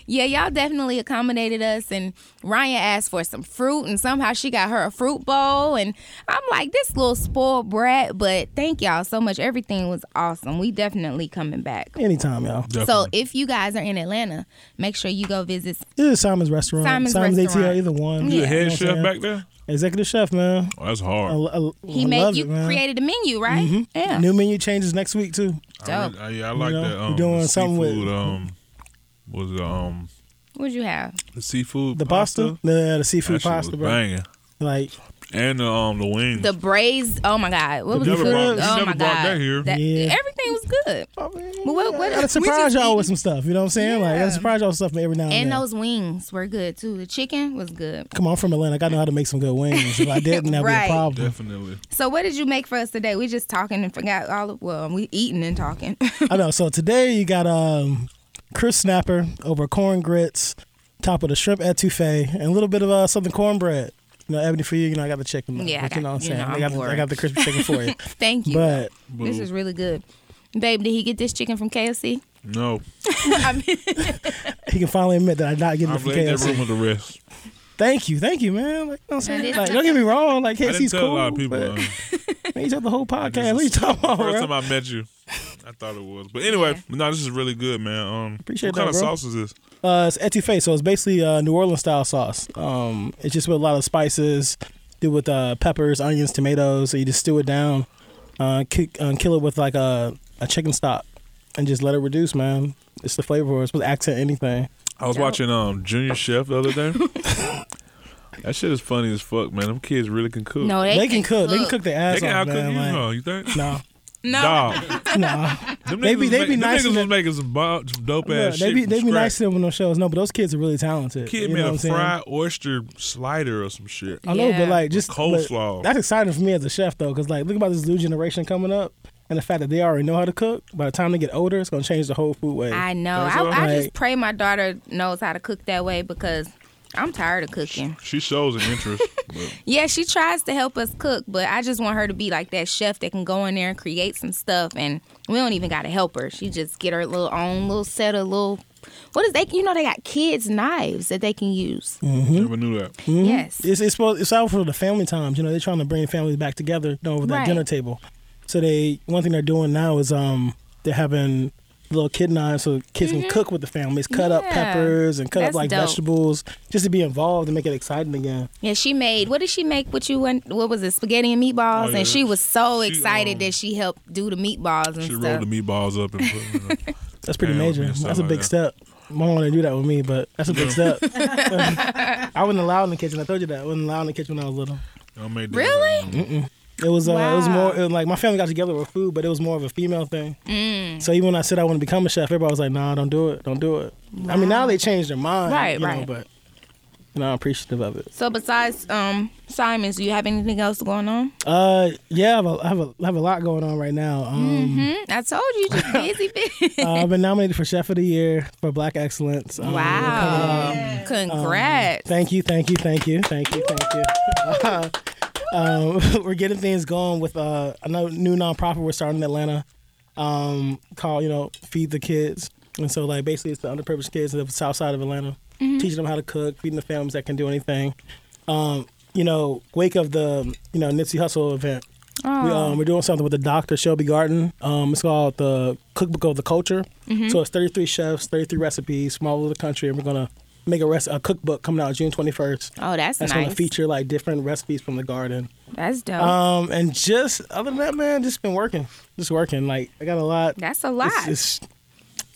[SPEAKER 3] Yeah, y'all definitely accommodated us. And Ryan asked for some fruit, and somehow she got her a fruit bowl. And I'm like, this little spoiled brat. But thank y'all so much. Everything was awesome. We definitely coming back.
[SPEAKER 4] Anytime, y'all.
[SPEAKER 3] So
[SPEAKER 2] Definitely.
[SPEAKER 3] if you guys are in Atlanta, make sure you go visit.
[SPEAKER 4] This is Simon's restaurant.
[SPEAKER 3] Simon's restaurant.
[SPEAKER 4] ATL, either one.
[SPEAKER 2] you
[SPEAKER 3] yeah,
[SPEAKER 2] the head
[SPEAKER 4] know what I'm
[SPEAKER 2] chef
[SPEAKER 4] saying?
[SPEAKER 2] back there?
[SPEAKER 4] Executive chef, man.
[SPEAKER 2] Oh, that's
[SPEAKER 4] I,
[SPEAKER 2] hard.
[SPEAKER 4] I, I
[SPEAKER 3] He
[SPEAKER 4] love
[SPEAKER 3] made you
[SPEAKER 4] it, man. Mm-hmm.
[SPEAKER 3] created a menu, right? Yeah.
[SPEAKER 4] New menu changes next week too.
[SPEAKER 2] I,
[SPEAKER 3] dope.
[SPEAKER 2] really- I- yeah, I like
[SPEAKER 4] know,
[SPEAKER 2] that.
[SPEAKER 4] we're
[SPEAKER 2] Um,
[SPEAKER 4] doing
[SPEAKER 2] the
[SPEAKER 4] something with-
[SPEAKER 2] seafood, Um, was it, um
[SPEAKER 3] What'd you have?
[SPEAKER 2] the seafood
[SPEAKER 4] The pasta, the, the
[SPEAKER 2] That
[SPEAKER 4] seafood
[SPEAKER 2] shit was
[SPEAKER 4] pasta, bro.
[SPEAKER 2] banging.
[SPEAKER 4] Like,
[SPEAKER 2] And the um the wings.
[SPEAKER 3] The braised. Oh my God. What was
[SPEAKER 4] never
[SPEAKER 3] the food?
[SPEAKER 4] brought-
[SPEAKER 2] you
[SPEAKER 3] oh
[SPEAKER 2] never
[SPEAKER 3] my
[SPEAKER 2] brought
[SPEAKER 3] God.
[SPEAKER 2] that here.
[SPEAKER 4] Yeah.
[SPEAKER 3] Everything was good.
[SPEAKER 4] I mean,
[SPEAKER 3] But what- what-
[SPEAKER 4] I gotta
[SPEAKER 3] we
[SPEAKER 4] surprise
[SPEAKER 3] just
[SPEAKER 4] y'all with
[SPEAKER 3] eating.
[SPEAKER 4] some stuff. You know what I'm saying? Like, I
[SPEAKER 3] Yeah.
[SPEAKER 4] gotta surprise y'all with stuff every now and,
[SPEAKER 3] And
[SPEAKER 4] then.
[SPEAKER 3] those wings were good too. The chicken was good.
[SPEAKER 4] Come on, I'm from Atlanta. I gotta know how to make some good wings. If I didn't, that'd
[SPEAKER 3] Right.
[SPEAKER 4] be a problem.
[SPEAKER 2] Definitely.
[SPEAKER 3] So what did you make for us today? We just talking and forgot all of well, we eating and talking.
[SPEAKER 4] I know. So today you got um, crisp snapper over corn grits, top of the shrimp etouffee, and a little bit of uh, southern cornbread. You know, Ebony for you. You know, I got the chicken. though,
[SPEAKER 3] Yeah, I
[SPEAKER 4] but you know
[SPEAKER 3] got-
[SPEAKER 4] what I'm
[SPEAKER 3] you
[SPEAKER 4] saying.
[SPEAKER 3] know,
[SPEAKER 4] I
[SPEAKER 3] I'm
[SPEAKER 4] got the,
[SPEAKER 3] bored.
[SPEAKER 4] I got the crispy chicken for you.
[SPEAKER 3] Thank you.
[SPEAKER 4] But
[SPEAKER 3] this is really good. Babe, did he get this chicken from KFC?
[SPEAKER 2] No.
[SPEAKER 3] I mean,
[SPEAKER 4] he can finally admit that I did not get
[SPEAKER 2] I
[SPEAKER 4] it from
[SPEAKER 2] played that
[SPEAKER 4] KFC.
[SPEAKER 2] room with the rest.
[SPEAKER 4] Thank you, thank you, man. Like, you know what I'm
[SPEAKER 3] And
[SPEAKER 4] saying?
[SPEAKER 3] it's-
[SPEAKER 4] like don't get me wrong. Like,
[SPEAKER 2] I didn't
[SPEAKER 4] KFC's
[SPEAKER 2] tell
[SPEAKER 4] cool.
[SPEAKER 2] a lot of people.
[SPEAKER 4] But,
[SPEAKER 2] um,
[SPEAKER 4] man, you took the whole podcast. What you
[SPEAKER 2] This is
[SPEAKER 4] talking about,
[SPEAKER 2] First
[SPEAKER 4] bro?
[SPEAKER 2] time I met you, I thought it was. But anyway, no, this is really good, man. Um,
[SPEAKER 4] Appreciate
[SPEAKER 2] what
[SPEAKER 4] that,
[SPEAKER 2] kind
[SPEAKER 4] bro.
[SPEAKER 2] of sauce is this?
[SPEAKER 4] Uh, it's etouffee, so it's basically uh, New Orleans style sauce. Um, it's just with a lot of spices, do with uh, peppers, onions, tomatoes. So you just stew it down, uh, kick, uh, kill it with like a, a chicken stock, and just let it reduce, man. It's the flavor. It's supposed to accent anything.
[SPEAKER 2] I was
[SPEAKER 3] Dope.
[SPEAKER 2] watching um Junior Chef the other day. that shit is funny as fuck, man. Them kids really can cook.
[SPEAKER 3] no, they,
[SPEAKER 4] They, can cook. They can cook their ass
[SPEAKER 2] they can
[SPEAKER 4] off,
[SPEAKER 2] outcook
[SPEAKER 4] man.
[SPEAKER 2] you,
[SPEAKER 4] like,
[SPEAKER 2] huh? You think?
[SPEAKER 4] No,
[SPEAKER 3] No.
[SPEAKER 2] Dog.
[SPEAKER 4] Nah,
[SPEAKER 2] Them
[SPEAKER 4] They
[SPEAKER 2] niggas
[SPEAKER 4] be-
[SPEAKER 2] was
[SPEAKER 4] they
[SPEAKER 2] ma-
[SPEAKER 4] be
[SPEAKER 2] them
[SPEAKER 4] nice
[SPEAKER 2] Niggas
[SPEAKER 4] in
[SPEAKER 2] was
[SPEAKER 4] the-
[SPEAKER 2] making some, bo- some dope
[SPEAKER 4] Look,
[SPEAKER 2] ass shit.
[SPEAKER 4] they be
[SPEAKER 2] from
[SPEAKER 4] they be
[SPEAKER 2] scratch.
[SPEAKER 4] nice to them on those shows. No, but those kids are really talented.
[SPEAKER 2] Kid
[SPEAKER 4] you know
[SPEAKER 2] made
[SPEAKER 4] what I'm
[SPEAKER 2] a
[SPEAKER 4] saying? Oh.
[SPEAKER 2] fried oyster slider or some shit.
[SPEAKER 4] I know,
[SPEAKER 3] Yeah.
[SPEAKER 4] but like just
[SPEAKER 2] coleslaw.
[SPEAKER 4] but That's exciting for me as a chef though, because like look about this new generation coming up, and the fact that they already know how to cook. By the time they get older, it's gonna change the whole food way.
[SPEAKER 3] I know.
[SPEAKER 2] That's
[SPEAKER 3] I,
[SPEAKER 2] all
[SPEAKER 3] I just
[SPEAKER 4] right.
[SPEAKER 3] pray my daughter knows how to cook that way because I'm tired of cooking.
[SPEAKER 2] She shows an interest. but
[SPEAKER 3] Yeah, she tries to help us cook, but I just want her to be like that chef that can go in there and create some stuff. And we don't even gotta help her. She just get her little own little set of little. What is they? You know they got kids knives that they can use.
[SPEAKER 4] Mm-hmm.
[SPEAKER 2] Never knew that.
[SPEAKER 3] Yes.
[SPEAKER 4] It's it's supposed, it's out for the family times. You know, they're trying to bring families back together you know, over that
[SPEAKER 3] Right.
[SPEAKER 4] dinner table. So they one thing they're doing now is um they're having little kid knives so kids can cook with the families, cut up
[SPEAKER 3] Mm-hmm. Yeah.
[SPEAKER 4] peppers and cut up
[SPEAKER 3] That's
[SPEAKER 4] like
[SPEAKER 3] dope.
[SPEAKER 4] vegetables, just to be involved and make it exciting again.
[SPEAKER 3] Yeah, she made. What did she make with you? And what was it? Spaghetti and meatballs.
[SPEAKER 2] Oh, yeah.
[SPEAKER 3] And she was so
[SPEAKER 2] She,
[SPEAKER 3] excited
[SPEAKER 2] um,
[SPEAKER 3] that she helped do the meatballs and
[SPEAKER 2] She
[SPEAKER 3] stuff.
[SPEAKER 2] rolled the meatballs up and put them in
[SPEAKER 4] That's pretty
[SPEAKER 2] Yeah, it would be
[SPEAKER 4] major.
[SPEAKER 2] and stuff
[SPEAKER 4] That's a
[SPEAKER 2] like
[SPEAKER 4] big
[SPEAKER 2] that.
[SPEAKER 4] step. My mom wanted to do that with me, but that's a big step. I wasn't allowed in the kitchen. I told you that. I wasn't allowed in the kitchen when I was little.
[SPEAKER 2] a- I made that.
[SPEAKER 3] Really?
[SPEAKER 4] It was uh, it was
[SPEAKER 3] Wow.
[SPEAKER 4] more it was like my family got together with food, but it was more of a female thing.
[SPEAKER 3] Mm.
[SPEAKER 4] So even when I said I want to become a chef, everybody was like, "Nah, don't do it, don't do it." I mean, now they changed their mind,
[SPEAKER 3] Right,
[SPEAKER 4] you know,
[SPEAKER 3] right.
[SPEAKER 4] but you know, I'm appreciative of it.
[SPEAKER 3] So besides um Simons, do you have anything else going on?
[SPEAKER 4] Uh, yeah, I have a, I have a, I have a lot going on right now. Um,
[SPEAKER 3] Hmm? I told you, just busy. busy.
[SPEAKER 4] uh, I've been nominated for Chef of the Year for Black Excellence.
[SPEAKER 2] Oh,
[SPEAKER 4] Um,
[SPEAKER 3] wow! Congrats.
[SPEAKER 4] Thank you, thank you, thank you, thank you, thank you. um, we're getting things going with uh, another new nonprofit we're starting in Atlanta um, called, you know, Feed the Kids. And so, like, basically, it's the underprivileged kids of the south side of Atlanta, teaching them how to cook, feeding the families that can do anything. Um, you know, wake of the, you know, Nipsey Hustle event. We,
[SPEAKER 3] Oh.
[SPEAKER 4] um, we're doing something with the Dr. Shelby Garden. Um, it's called the Cookbook of the Culture.
[SPEAKER 3] Mm-hmm.
[SPEAKER 4] So it's 33 chefs, 33 recipes from all over the country, and we're gonna make a, rec- a cookbook coming out June 21st.
[SPEAKER 3] Oh, that's,
[SPEAKER 4] That's
[SPEAKER 3] nice.
[SPEAKER 4] gonna feature like different recipes from the garden.
[SPEAKER 3] That's dope.
[SPEAKER 4] Um, and just other than that, man, just been working, just working. Like I got a lot.
[SPEAKER 3] That's a lot.
[SPEAKER 4] It's, it's,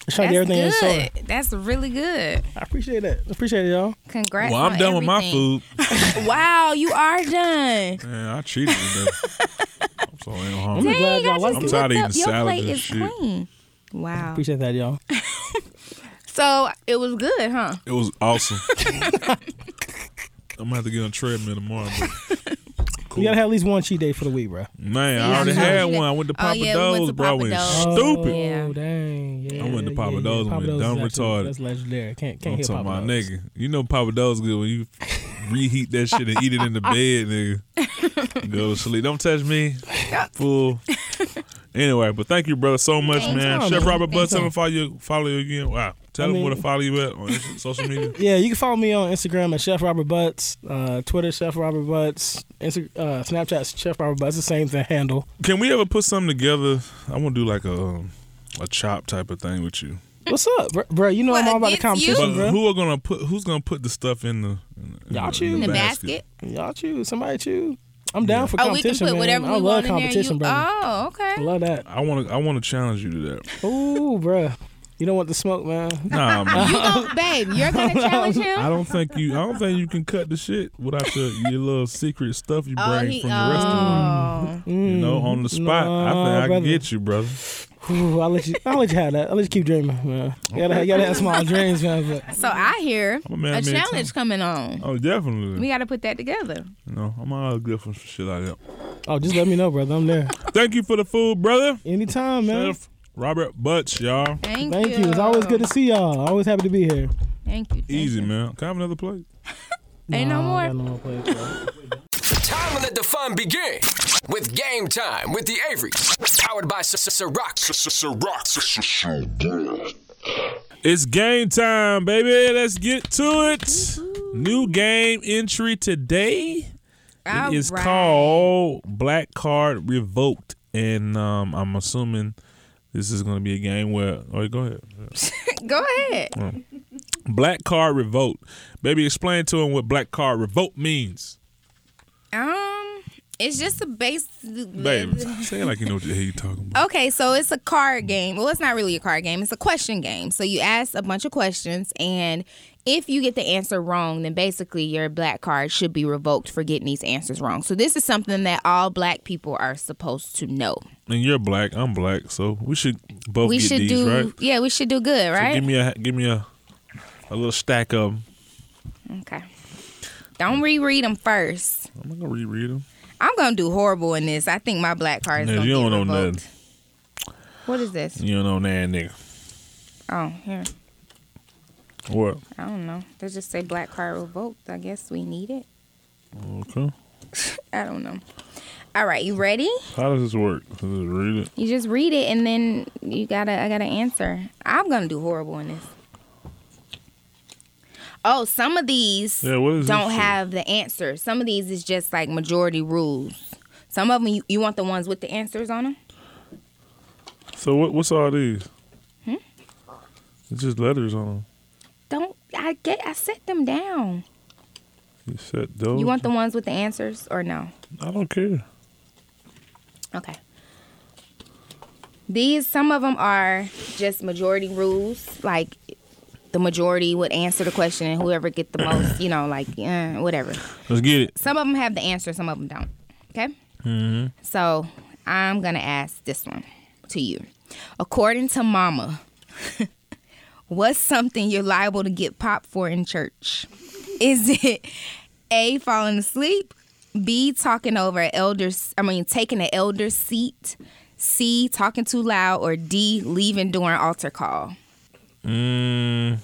[SPEAKER 4] it's trying
[SPEAKER 3] That's
[SPEAKER 4] to get everything in its
[SPEAKER 3] good.
[SPEAKER 4] order.
[SPEAKER 3] That's really good.
[SPEAKER 4] I appreciate that. I appreciate it, y'all.
[SPEAKER 3] Congrats.
[SPEAKER 2] Well, I'm
[SPEAKER 3] on
[SPEAKER 2] done with my
[SPEAKER 3] everything.
[SPEAKER 2] food.
[SPEAKER 3] Wow, you are done.
[SPEAKER 2] Man, I cheated today. I'm so ain't hungry.
[SPEAKER 4] I'm glad
[SPEAKER 3] Dang, I
[SPEAKER 4] y'all like
[SPEAKER 3] just
[SPEAKER 4] it.
[SPEAKER 2] I'm tired of
[SPEAKER 3] looked
[SPEAKER 2] eating
[SPEAKER 3] up. Your
[SPEAKER 2] salad
[SPEAKER 3] plate
[SPEAKER 2] and
[SPEAKER 3] is
[SPEAKER 2] shit.
[SPEAKER 3] clean. Wow.
[SPEAKER 4] Appreciate that, y'all.
[SPEAKER 3] So it was good, huh?
[SPEAKER 2] It was awesome. I'm gonna have to get on a treadmill tomorrow. But
[SPEAKER 4] You gotta have at least one cheat day for the week, bro.
[SPEAKER 2] man, I
[SPEAKER 3] Yeah,
[SPEAKER 2] already
[SPEAKER 3] I know.
[SPEAKER 2] had one. I went to
[SPEAKER 3] Oh,
[SPEAKER 2] Papa
[SPEAKER 3] yeah, we went
[SPEAKER 2] Do's,
[SPEAKER 3] to
[SPEAKER 2] bro. I
[SPEAKER 3] Papa
[SPEAKER 2] went
[SPEAKER 3] Do's.
[SPEAKER 2] stupid.
[SPEAKER 3] Yeah.
[SPEAKER 4] Oh dang! Yeah,
[SPEAKER 2] I went to Papa
[SPEAKER 4] yeah, yeah.
[SPEAKER 2] Do's and
[SPEAKER 4] Papa
[SPEAKER 2] went
[SPEAKER 4] Do's
[SPEAKER 2] dumb
[SPEAKER 4] is actually-
[SPEAKER 2] retarded.
[SPEAKER 4] That's legendary. Can't can't
[SPEAKER 2] I'm
[SPEAKER 4] hit
[SPEAKER 2] talking
[SPEAKER 4] Papa
[SPEAKER 2] about
[SPEAKER 4] Do's.
[SPEAKER 2] nigga. You know Papa Do's good when you reheat that shit and eat it in the bed, nigga. Go to sleep. Don't touch me. Fool. Anyway, but thank you, brother, so much, man.
[SPEAKER 4] Anytime,
[SPEAKER 2] Chef
[SPEAKER 4] man.
[SPEAKER 2] Robert Bud, tell
[SPEAKER 4] Anytime.
[SPEAKER 2] him follow you follow you again. Wow. Tell
[SPEAKER 4] I
[SPEAKER 2] him where
[SPEAKER 4] mean-
[SPEAKER 2] to follow you at on Insta- social media.
[SPEAKER 4] Yeah, you can follow me on Instagram at Chef Robert Butts, uh, Twitter Chef Robert Butts, Insta- uh, Snapchat Chef Robert Butts. The same thing handle.
[SPEAKER 2] Can we ever put something together? I wanna do like a um, a chop type of thing with you.
[SPEAKER 4] What's up, br- bro? You know I'm
[SPEAKER 3] What,
[SPEAKER 4] all about the
[SPEAKER 3] against you?
[SPEAKER 2] But
[SPEAKER 4] competition, bro.
[SPEAKER 2] who are gonna put who's gonna put the stuff in the in, the-
[SPEAKER 4] Y'all choose.
[SPEAKER 3] In the
[SPEAKER 4] The
[SPEAKER 3] basket.
[SPEAKER 4] Y'all choose. Somebody choose. I'm down for
[SPEAKER 3] Oh, we can
[SPEAKER 4] competition,
[SPEAKER 3] put whatever
[SPEAKER 4] man. I
[SPEAKER 3] we
[SPEAKER 4] love
[SPEAKER 3] want in there.
[SPEAKER 4] competition,
[SPEAKER 3] You,
[SPEAKER 4] bro.
[SPEAKER 3] oh,
[SPEAKER 4] I
[SPEAKER 3] okay.
[SPEAKER 4] love that.
[SPEAKER 2] I wanna I wanna challenge you to that.
[SPEAKER 4] Ooh, bro. You don't want the smoke, man.
[SPEAKER 2] Nah man.
[SPEAKER 3] You gon' babe, you're gonna challenge
[SPEAKER 2] I
[SPEAKER 3] him.
[SPEAKER 2] don't think you. I don't think you can cut the shit without your, your little secret stuff you bring
[SPEAKER 3] Oh, he.
[SPEAKER 2] from the restaurant.
[SPEAKER 3] Oh,
[SPEAKER 2] You know, on the spot. I think I can
[SPEAKER 4] Mm-hmm. brother.
[SPEAKER 2] get you, brother.
[SPEAKER 4] Ooh, I'll let you. I'll let you have that. I'll let you keep dreaming, man. You gotta, you gotta have small dreams, man. But
[SPEAKER 3] Oh. so I hear
[SPEAKER 2] I'm a man
[SPEAKER 3] a
[SPEAKER 2] of many
[SPEAKER 3] challenge
[SPEAKER 2] talents.
[SPEAKER 3] coming on.
[SPEAKER 2] Oh, definitely.
[SPEAKER 3] We got to put that together.
[SPEAKER 2] you know, I'm all good for some shit like that.
[SPEAKER 4] oh, just let me know, brother. I'm there
[SPEAKER 2] Thank you for the food, brother.
[SPEAKER 4] anytime, man.
[SPEAKER 2] Chef Robert Butts, y'all.
[SPEAKER 3] Thank,
[SPEAKER 4] Thank you. It's always good to see y'all. Always happy to be here.
[SPEAKER 3] Thank you. Thank
[SPEAKER 2] Easy,
[SPEAKER 3] you.
[SPEAKER 2] man. Can I have another plate?
[SPEAKER 3] Ain't no
[SPEAKER 4] Nah,
[SPEAKER 3] more.
[SPEAKER 4] I got no more place, bro.
[SPEAKER 1] Time to let the fun begin with Game Time with the Averys. Powered by S- S- Ciroc. S- S- Ciroc.
[SPEAKER 2] It's game time, baby. Let's get to it. New game entry today.
[SPEAKER 3] All
[SPEAKER 2] It is
[SPEAKER 3] right.
[SPEAKER 2] called Black Card Revoked, and um, I'm assuming this is going to be a game where. All right, go ahead.
[SPEAKER 3] Go ahead.
[SPEAKER 2] Black Card Revolt. Baby, explain to him what Black Card Revolt means.
[SPEAKER 3] Um, it's just a base.
[SPEAKER 2] Baby, say it like you know what the hell you talking about.
[SPEAKER 3] Okay, so it's a card game. Well, it's not really a card game. It's a question game. So you ask a bunch of questions, and If you get the answer wrong, then basically your black card should be revoked for getting these answers wrong. So this is something that all black people are supposed to know.
[SPEAKER 2] And you're black. I'm black. So we should both
[SPEAKER 3] we
[SPEAKER 2] get
[SPEAKER 3] should
[SPEAKER 2] these,
[SPEAKER 3] do
[SPEAKER 2] right?
[SPEAKER 3] yeah, we should do good,
[SPEAKER 2] So
[SPEAKER 3] right?
[SPEAKER 2] give me a give me a a little stack of 'em.
[SPEAKER 3] okay. Don't reread them first.
[SPEAKER 2] I'm not gonna reread them.
[SPEAKER 3] I'm gonna do horrible in this. I think my black card is
[SPEAKER 2] Yeah,
[SPEAKER 3] gonna
[SPEAKER 2] you
[SPEAKER 3] get
[SPEAKER 2] don't know
[SPEAKER 3] revoked. What is this?
[SPEAKER 2] You know that nigga.
[SPEAKER 3] Oh, here.
[SPEAKER 2] What?
[SPEAKER 3] I don't know. They just say black card revoked. I guess we need it.
[SPEAKER 2] Okay.
[SPEAKER 3] I don't know. All right, you ready?
[SPEAKER 2] How does this work? Does it read it?
[SPEAKER 3] You just read it and then you gotta I gotta answer. I'm gonna do horrible in this. Oh, some of these
[SPEAKER 2] Yeah, what is this
[SPEAKER 3] don't
[SPEAKER 2] shit?
[SPEAKER 3] have the answer. Some of these is just like majority rules. Some of them you, you want the ones with the answers on them.
[SPEAKER 2] So what? What's all these?
[SPEAKER 3] Hmm?
[SPEAKER 2] It's just letters on them.
[SPEAKER 3] Don't I get I set them down.
[SPEAKER 2] You set those.
[SPEAKER 3] You want the ones with the answers or no?
[SPEAKER 2] I don't care.
[SPEAKER 3] Okay. These some of them are just majority rules, like the majority would answer the question and whoever get the most, you know, like eh, whatever.
[SPEAKER 2] Let's get it.
[SPEAKER 3] Some of them have the answer, some of them don't. Okay? Mm-hmm. So I'm going to ask this one to you. According to Mama, what's something you're liable to get popped for in church? Is it A, falling asleep, B, talking over an elder's, I mean, taking an elder's seat, C, talking too loud, or D, leaving during altar call?
[SPEAKER 2] Mm,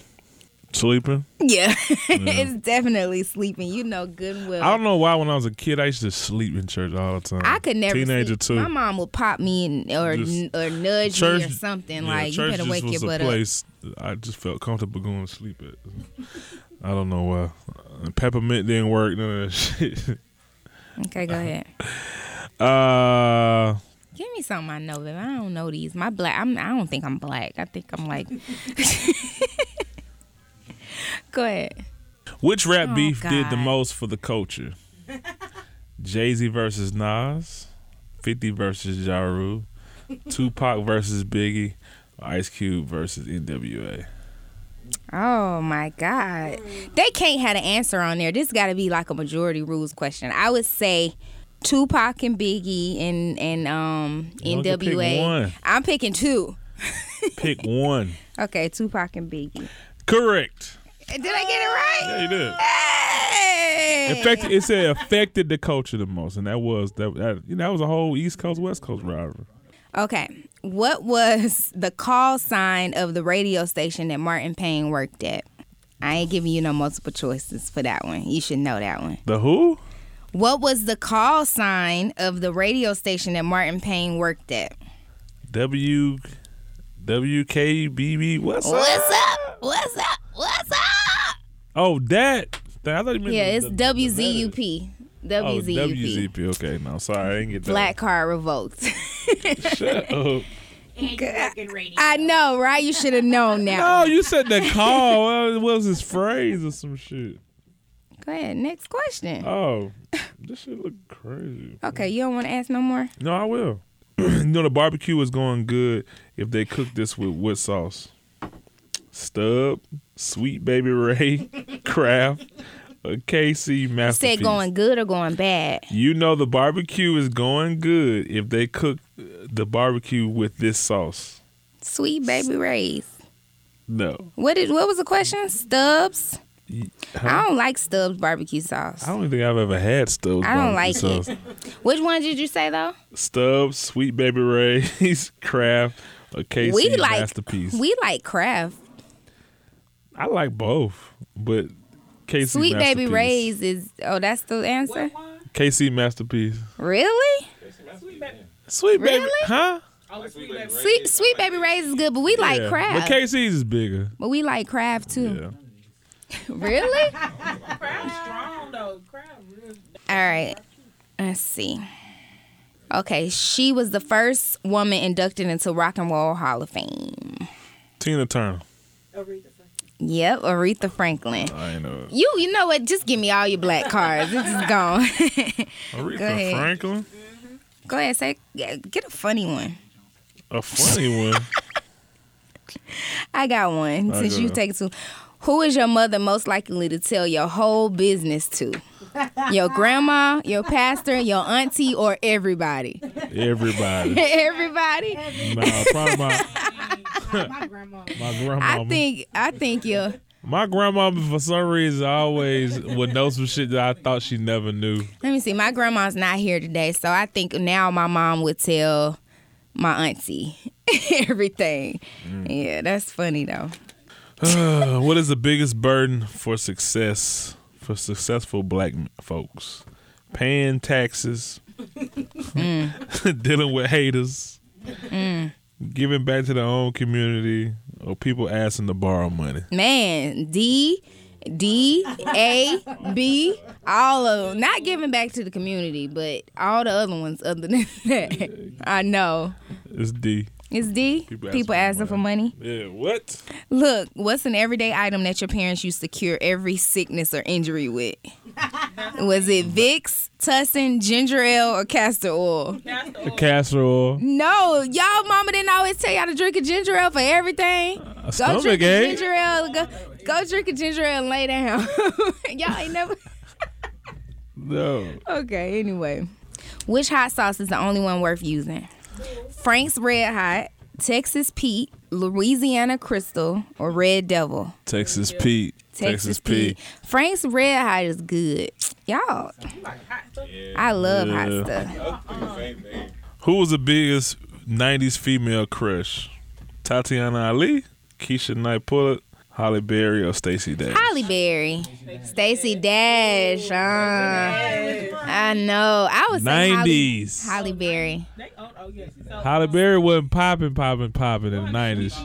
[SPEAKER 2] sleeping.
[SPEAKER 3] Yeah, it's definitely sleeping. You know, goodwill.
[SPEAKER 2] I don't know why. When I was a kid, I used to sleep in church all the time.
[SPEAKER 3] I could never.
[SPEAKER 2] Teenager
[SPEAKER 3] sleep.
[SPEAKER 2] too.
[SPEAKER 3] My mom would pop me and, or
[SPEAKER 2] Just-
[SPEAKER 3] or nudge me or
[SPEAKER 2] Church-
[SPEAKER 3] something
[SPEAKER 2] yeah,
[SPEAKER 3] like you
[SPEAKER 2] church
[SPEAKER 3] better
[SPEAKER 2] just
[SPEAKER 3] wake
[SPEAKER 2] was
[SPEAKER 3] your
[SPEAKER 2] a
[SPEAKER 3] butt up.
[SPEAKER 2] place I just felt comfortable going to sleep at. I don't know why. Uh, Peppermint didn't work. None of that shit.
[SPEAKER 3] Okay, go ahead.
[SPEAKER 2] Uh,
[SPEAKER 3] Give me something I know, but I don't know these. My black. I'm. I don't think I'm black. I think I'm like. go ahead.
[SPEAKER 2] which rap
[SPEAKER 3] Oh,
[SPEAKER 2] beef did the
[SPEAKER 3] God.
[SPEAKER 2] most for the culture? Jay Z versus Nas, Fifty versus Ja Rule, Tupac versus Biggie, Ice Cube versus N.W.A.
[SPEAKER 3] Oh my God. They can't have an answer on there. This got to be like a majority rules question. I would say. Tupac and Biggie and and um
[SPEAKER 2] You only can pick
[SPEAKER 3] NWA.
[SPEAKER 2] one.
[SPEAKER 3] I'm picking two.
[SPEAKER 2] Pick one.
[SPEAKER 3] Okay, Tupac and Biggie.
[SPEAKER 2] Correct.
[SPEAKER 3] Did I get it right?
[SPEAKER 2] Yeah, you did.
[SPEAKER 3] Hey!
[SPEAKER 2] affected, it said affected the culture the most, and that was that, that you know that was a whole East Coast West Coast rivalry.
[SPEAKER 3] Okay. What was the call sign of the radio station that Martin Payne worked at? I ain't giving you no multiple choices for that one. You should know that one.
[SPEAKER 2] The who?
[SPEAKER 3] What was the call sign of the radio station that Martin Payne worked at?
[SPEAKER 2] W W K B B. What's up?
[SPEAKER 3] What's up? What's up? What's up?
[SPEAKER 2] Oh, that. Th- I thought you meant the-
[SPEAKER 3] Yeah, it's
[SPEAKER 2] the-
[SPEAKER 3] WZUP.
[SPEAKER 2] the letters. Oh,
[SPEAKER 3] WZUP.
[SPEAKER 2] WZP. Okay, no, sorry, I didn't get that.
[SPEAKER 3] Black card revoked.
[SPEAKER 2] Shut up.
[SPEAKER 3] I know, right? You should have known that.
[SPEAKER 2] No, Oh, you said the call. Uh, What was his phrase or some shit?
[SPEAKER 3] Go ahead. Next question.
[SPEAKER 2] Oh, this shit look crazy.
[SPEAKER 3] Okay, you don't want to ask no more?
[SPEAKER 2] No, I will. you know the barbecue is going good if they cook this with what sauce? Stub, sweet baby Ray, Kraft, or KC masterpiece.
[SPEAKER 3] Said going good or going bad?
[SPEAKER 2] You know the barbecue is going good if they cook uh, the barbecue with this sauce.
[SPEAKER 3] Sweet baby rays.
[SPEAKER 2] No,
[SPEAKER 3] What did what was the question? Stubbs.
[SPEAKER 2] Y-
[SPEAKER 3] I don't like Stubbs barbecue sauce.
[SPEAKER 2] I don't even think I've ever had Stubb's.
[SPEAKER 3] I don't
[SPEAKER 2] barbecue
[SPEAKER 3] like it.
[SPEAKER 2] sauce.
[SPEAKER 3] Which one did you say though?
[SPEAKER 2] Stubbs, sweet baby Ray's, Kraft, or KC
[SPEAKER 3] we like
[SPEAKER 2] masterpiece.
[SPEAKER 3] we like Kraft.
[SPEAKER 2] I like both, but KC
[SPEAKER 3] Sweet baby
[SPEAKER 2] masterpiece.
[SPEAKER 3] rays is oh that's the answer.
[SPEAKER 2] KC masterpiece.
[SPEAKER 3] Really?
[SPEAKER 2] Sweet baby,
[SPEAKER 3] Really?
[SPEAKER 2] huh?
[SPEAKER 3] Sweet sweet baby rays is good, but we like Mm.
[SPEAKER 2] Yeah,
[SPEAKER 3] Kraft.
[SPEAKER 2] but KC's is bigger.
[SPEAKER 3] but we like Kraft too.
[SPEAKER 2] Yeah,
[SPEAKER 3] Really? All right. Let's see. Okay, she was the first woman inducted into Rock and Roll Hall of Fame.
[SPEAKER 2] Tina Turner.
[SPEAKER 3] Yep, Aretha Franklin.
[SPEAKER 2] I ain't know.
[SPEAKER 3] You, you know what? Just give me all your black cards. This is gone.
[SPEAKER 2] Aretha
[SPEAKER 3] ahead.
[SPEAKER 2] Franklin,
[SPEAKER 3] Go ahead, say yeah, get a funny one.
[SPEAKER 2] a funny one.
[SPEAKER 3] I got one
[SPEAKER 2] I
[SPEAKER 3] since
[SPEAKER 2] got
[SPEAKER 3] you
[SPEAKER 2] it.
[SPEAKER 3] take two. Who is your mother most likely to tell your whole business to? Your grandma, your pastor, your auntie, or everybody?
[SPEAKER 2] Everybody.
[SPEAKER 3] everybody.
[SPEAKER 2] nah, probably my,
[SPEAKER 5] My grandma.
[SPEAKER 2] my grandma.
[SPEAKER 3] I think I think your
[SPEAKER 2] my grandma, for some reason, always would know some shit that I thought she never knew.
[SPEAKER 3] Let me see. My grandma's not here today, so I think now my mom would tell my auntie everything.
[SPEAKER 2] Mm.
[SPEAKER 3] Yeah, that's funny though.
[SPEAKER 2] Uh, what is the biggest burden for success for successful black m- folks? Paying taxes,
[SPEAKER 3] Mm.
[SPEAKER 2] dealing with haters, giving back to their own community, or people asking to borrow money.
[SPEAKER 3] Man, D D A B all of them. Not giving back to the community, but all the other ones other than that. I know.
[SPEAKER 2] It's D.
[SPEAKER 3] It's D.
[SPEAKER 2] People
[SPEAKER 3] People,
[SPEAKER 2] asking for
[SPEAKER 3] asking for money.
[SPEAKER 2] Yeah, what?
[SPEAKER 3] Look, what's an everyday item that your parents used to cure every sickness or injury with? Was it Vicks, Tussin, ginger ale, or castor oil?
[SPEAKER 2] The castor oil.
[SPEAKER 3] No, y'all mama didn't always tell y'all to drink a ginger ale for everything. go
[SPEAKER 2] stomach eh?
[SPEAKER 3] drink a
[SPEAKER 2] ache.
[SPEAKER 3] ginger ale. Go, go drink a ginger ale and lay down. y'all ain't never.
[SPEAKER 2] No.
[SPEAKER 3] Okay, anyway. Which hot sauce is the only one worth using? Frank's Red Hot, Texas Pete, Louisiana Crystal, or Red Devil?
[SPEAKER 2] Texas Pete. Texas, Pete.
[SPEAKER 3] Frank's Red Hot is good. Y'all. I love
[SPEAKER 2] Yeah.
[SPEAKER 3] hot stuff.
[SPEAKER 2] Who was the biggest '90s female crush? Tatiana Ali, Keisha Knight Pullet, Holly Berry, or Stacey Dash?
[SPEAKER 3] Holly Berry, Stacy Dash. uh, I know. I was Holly,
[SPEAKER 2] '90s.
[SPEAKER 3] Holly Berry.
[SPEAKER 5] They own, oh, yes. So,
[SPEAKER 2] Holly Berry wasn't popping, popping, popping in the nineties,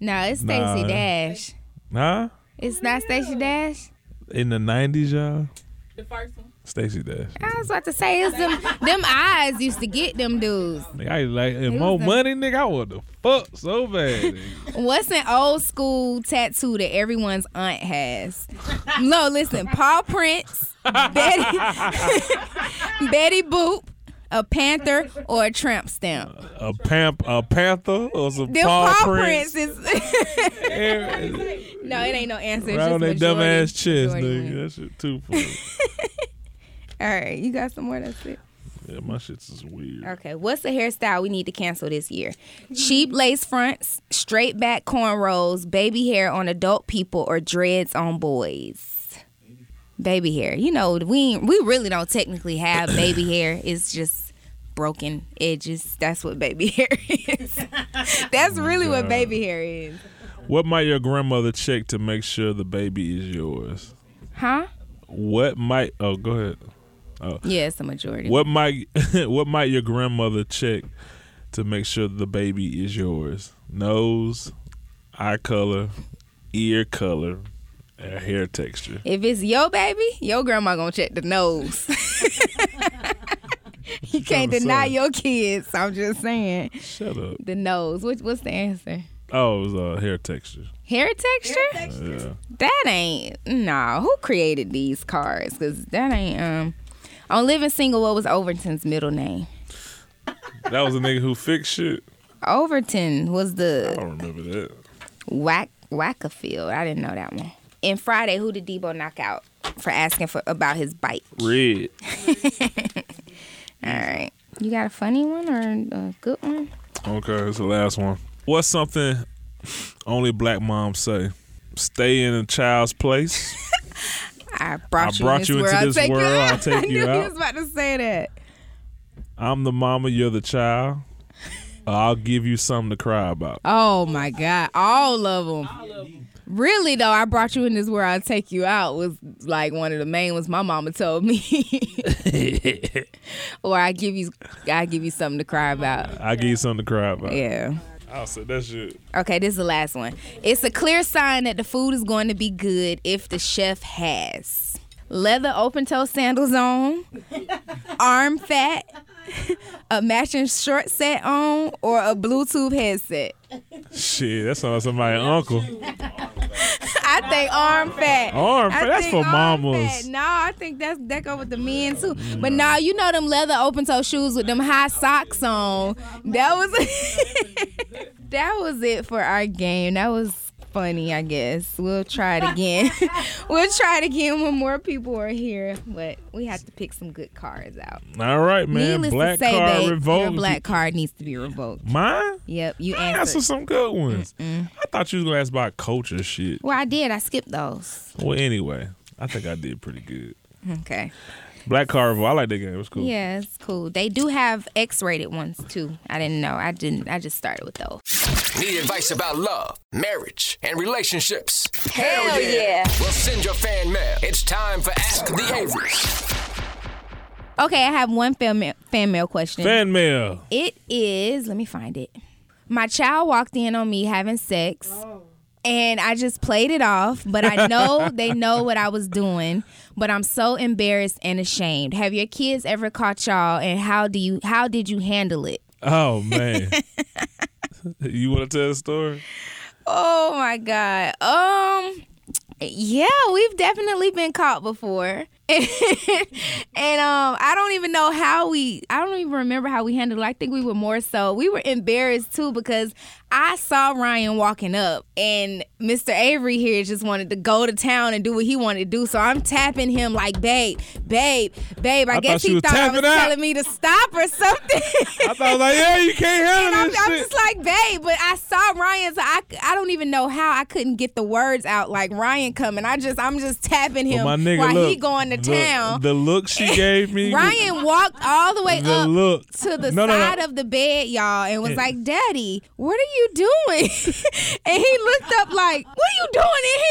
[SPEAKER 3] No, it's Stacy
[SPEAKER 2] Nah.
[SPEAKER 3] Dash.
[SPEAKER 2] huh?
[SPEAKER 3] It's not Stacy Dash.
[SPEAKER 2] In the nineties, y'all.
[SPEAKER 5] the first one.
[SPEAKER 2] Stacy Dash.
[SPEAKER 3] I was about to say it's them. Them eyes used to get them dudes.
[SPEAKER 2] Nigga, I like and more
[SPEAKER 3] the-
[SPEAKER 2] money, nigga. I want the fuck so bad. nigga.
[SPEAKER 3] What's an old school tattoo that everyone's aunt has? No, listen, Paul Prince, Betty, Betty Boop, a panther, or a tramp stamp.
[SPEAKER 2] a pamp, a panther, or some
[SPEAKER 3] Them
[SPEAKER 2] Paul,
[SPEAKER 3] Paul,
[SPEAKER 2] Prince.
[SPEAKER 3] Prince, is.
[SPEAKER 2] Prince.
[SPEAKER 3] no, it ain't no answer. It's
[SPEAKER 2] right on that
[SPEAKER 3] just
[SPEAKER 2] dumb
[SPEAKER 3] majority-
[SPEAKER 2] ass chest, nigga.
[SPEAKER 3] majority win.
[SPEAKER 2] That shit too funny.
[SPEAKER 3] All right, you got some more. That's it.
[SPEAKER 2] yeah, my shit's is weird.
[SPEAKER 3] Okay, what's the hairstyle we need to cancel this year? Cheap lace fronts, straight back cornrows, baby hair on adult people, or dreads on boys. Baby hair. You know, we ain't- we really don't technically have baby hair. It's just broken edges. That's what baby hair is. That's really what baby hair is.
[SPEAKER 2] What might your grandmother check to make sure the baby is yours?
[SPEAKER 3] Huh?
[SPEAKER 2] What might? Oh, go ahead.
[SPEAKER 3] Yeah, it's the majority.
[SPEAKER 2] What might what might your grandmother check to make sure the baby is yours? Nose, eye color, ear color, and hair texture.
[SPEAKER 3] If it's your baby, your grandma gonna check the nose. you can't
[SPEAKER 2] to
[SPEAKER 3] deny
[SPEAKER 2] say?
[SPEAKER 3] your kids. I'm just saying.
[SPEAKER 2] Shut up.
[SPEAKER 3] The nose. What, what's the answer?
[SPEAKER 2] Oh, it was uh, hair texture.
[SPEAKER 3] Hair texture?
[SPEAKER 2] Yeah.
[SPEAKER 3] That ain't no. Who created these cards? Cause that ain't um. On living single, what was Overton's middle name?
[SPEAKER 2] That was a nigga who fixed shit.
[SPEAKER 3] Overton was
[SPEAKER 2] I
[SPEAKER 3] the
[SPEAKER 2] don't remember that.
[SPEAKER 3] whack wackafield. I didn't know that one. And Friday, who did Debo knock out for asking for about his bike?
[SPEAKER 2] Red.
[SPEAKER 3] All right, you got a funny one or a good one?
[SPEAKER 2] Okay, it's the last one. What's something only black moms say? Stay in a child's place.
[SPEAKER 3] I brought
[SPEAKER 2] I
[SPEAKER 3] you,
[SPEAKER 2] brought
[SPEAKER 3] in this
[SPEAKER 2] you into
[SPEAKER 3] world. I'll
[SPEAKER 2] this
[SPEAKER 3] take
[SPEAKER 2] world,
[SPEAKER 3] You
[SPEAKER 2] I'll
[SPEAKER 3] out.
[SPEAKER 2] take
[SPEAKER 3] I
[SPEAKER 2] you
[SPEAKER 3] knew
[SPEAKER 2] out.
[SPEAKER 3] He was about to say that.
[SPEAKER 2] I'm the mama, you're the child. I'll give you something to cry about.
[SPEAKER 3] Oh my God, all of them. Really though, I brought you in this world. I take you out was like one of the main ones my mama told me. or I give you, I give you something to cry about.
[SPEAKER 2] I give you something to cry about.
[SPEAKER 3] Yeah.
[SPEAKER 2] I'll say that shit.
[SPEAKER 3] Okay, this is the last one. It's a clear sign that the food is going to be good if the chef has leather open toe sandals on, arm fat, a matching short set on, or a Bluetooth headset.
[SPEAKER 2] Shit, that sounds like somebody's uncle.
[SPEAKER 3] I think arm fat.
[SPEAKER 2] Arm fat,
[SPEAKER 3] I
[SPEAKER 2] that's
[SPEAKER 3] think
[SPEAKER 2] for
[SPEAKER 3] arm
[SPEAKER 2] mamas. Mm-hmm.
[SPEAKER 3] fat. No, I think that's that go with the men too. But no, you know them leather open toe shoes with them high socks on. That was that was it for our game. That was funny, I guess. We'll try it again. we'll try it again when more people are here. But we have to pick some good cards out.
[SPEAKER 2] All right, man.
[SPEAKER 3] Needless
[SPEAKER 2] black
[SPEAKER 3] to say,
[SPEAKER 2] card
[SPEAKER 3] babe, your
[SPEAKER 2] revolt.
[SPEAKER 3] black card needs to be revoked.
[SPEAKER 2] Mine?
[SPEAKER 3] Yep, you
[SPEAKER 2] I answered
[SPEAKER 3] answered.
[SPEAKER 2] some good ones. I thought you was gonna ask about culture shit.
[SPEAKER 3] Well, I did. I skipped those.
[SPEAKER 2] Well, anyway, I think I did pretty good.
[SPEAKER 3] Okay.
[SPEAKER 2] Black Carnival, I like that game. It was cool.
[SPEAKER 3] Yeah, it's cool. They do have X-rated ones too. I didn't know. I didn't. I just started with those.
[SPEAKER 1] Need advice about love, marriage, and relationships?
[SPEAKER 3] Hell yeah.
[SPEAKER 1] Well, send your fan mail. It's time for Ask the Averys.
[SPEAKER 3] Okay, I have one fan mail, fan mail question.
[SPEAKER 2] Fan mail.
[SPEAKER 3] It is, let me find it. My child walked in on me having sex and I just played it off, but I know they know what I was doing, but I'm so embarrassed and ashamed. Have your kids ever caught y'all and how do you how did you handle it?
[SPEAKER 2] Oh man. you want to tell the story?
[SPEAKER 3] Oh my god. Um yeah, we've definitely been caught before. and um I don't even know how we I don't even remember how we handled it. I think we were more so we were embarrassed too because I saw Ryan walking up and Mr. Avery here just wanted to go to town and do what he wanted to do. So I'm tapping him like, babe, babe, babe. I,
[SPEAKER 2] I
[SPEAKER 3] guess
[SPEAKER 2] thought you
[SPEAKER 3] he
[SPEAKER 2] was
[SPEAKER 3] thought I was
[SPEAKER 2] tapping out.
[SPEAKER 3] telling me to stop or something.
[SPEAKER 2] I thought I was like, yeah, you can't
[SPEAKER 3] And
[SPEAKER 2] handle
[SPEAKER 3] I'm,
[SPEAKER 2] this
[SPEAKER 3] I'm
[SPEAKER 2] shit.
[SPEAKER 3] just like, babe, but I saw Ryan, so I, I don't even know how I couldn't get the words out. Like Ryan coming, I just I'm just tapping him
[SPEAKER 2] But my nigga,
[SPEAKER 3] while
[SPEAKER 2] look,
[SPEAKER 3] he going to
[SPEAKER 2] the-
[SPEAKER 3] town.
[SPEAKER 2] The look she gave me.
[SPEAKER 3] Ryan walked all the way
[SPEAKER 2] the
[SPEAKER 3] up
[SPEAKER 2] look
[SPEAKER 3] to the
[SPEAKER 2] No, no, no.
[SPEAKER 3] side of the bed, y'all, and was
[SPEAKER 2] Yeah.
[SPEAKER 3] like, "Daddy, what are you doing?" and he looked up like, "What are you doing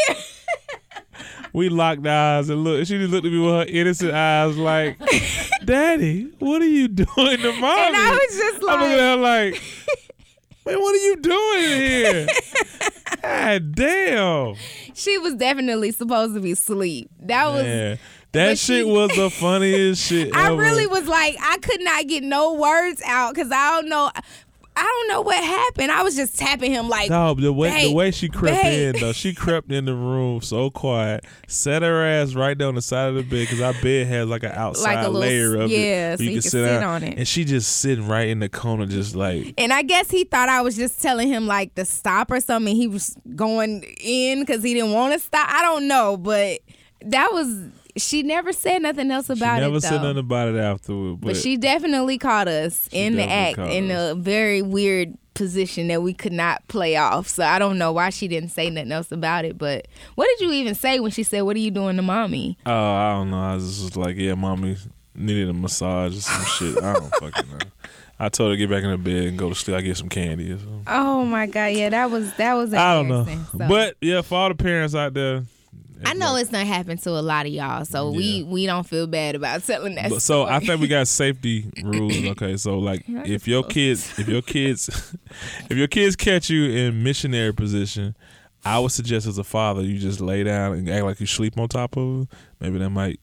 [SPEAKER 3] in here?"
[SPEAKER 2] We locked eyes and look. She just looked at me with her innocent eyes, like, "Daddy, what are you doing to mommy?"
[SPEAKER 3] And I was just
[SPEAKER 2] I'm looking
[SPEAKER 3] like,
[SPEAKER 2] at her like, "Man, what are you doing in here?" God damn.
[SPEAKER 3] "She was definitely supposed to be asleep." That was.
[SPEAKER 2] Man, that
[SPEAKER 3] but she-
[SPEAKER 2] shit was the funniest shit
[SPEAKER 3] I
[SPEAKER 2] ever.
[SPEAKER 3] really was like, I could not get no words out because I don't know. I don't know what happened. I was just tapping him like,
[SPEAKER 2] No, the way the
[SPEAKER 3] Babe,
[SPEAKER 2] way she crept
[SPEAKER 3] babe.
[SPEAKER 2] in though, she crept in the room so quiet, set her ass right down the side of the bed because our bed has like an outside
[SPEAKER 3] little
[SPEAKER 2] layer
[SPEAKER 3] s-
[SPEAKER 2] of
[SPEAKER 3] yeah,
[SPEAKER 2] it,
[SPEAKER 3] so you can sit
[SPEAKER 2] down.
[SPEAKER 3] on it.
[SPEAKER 2] And she just sitting right in the corner, just like
[SPEAKER 3] and I guess he thought I was just telling him like to stop or something. He was going in because he didn't want to stop. I don't know, but that was. She never said nothing else about
[SPEAKER 2] she never
[SPEAKER 3] it though.
[SPEAKER 2] said nothing about it afterward. But,
[SPEAKER 3] but she definitely caught us in the
[SPEAKER 2] definitely
[SPEAKER 3] act
[SPEAKER 2] caught
[SPEAKER 3] in
[SPEAKER 2] us.
[SPEAKER 3] a very weird position that we could not play off. So I don't know why she didn't say nothing else about it. But what did you even say when she said, "What are you doing to mommy?"
[SPEAKER 2] oh, I don't know. I was just was like, yeah, mommy needed a massage or some shit. I don't fucking know. I told her to get back in the bed and go to sleep. I get some candy or something.
[SPEAKER 3] Oh my god, yeah, that was that was.
[SPEAKER 2] I don't know.
[SPEAKER 3] embarrassing, so-
[SPEAKER 2] But yeah, for all the parents out there,
[SPEAKER 3] I know it's not happened to a lot of y'all, so we we don't feel bad about telling that.
[SPEAKER 2] But so I
[SPEAKER 3] story.
[SPEAKER 2] think we got safety rules. Okay, so like if your kids, if your kids, if your kids catch you in missionary position, I would suggest as a father you just lay down and act like you sleep on top of. Them. Maybe that might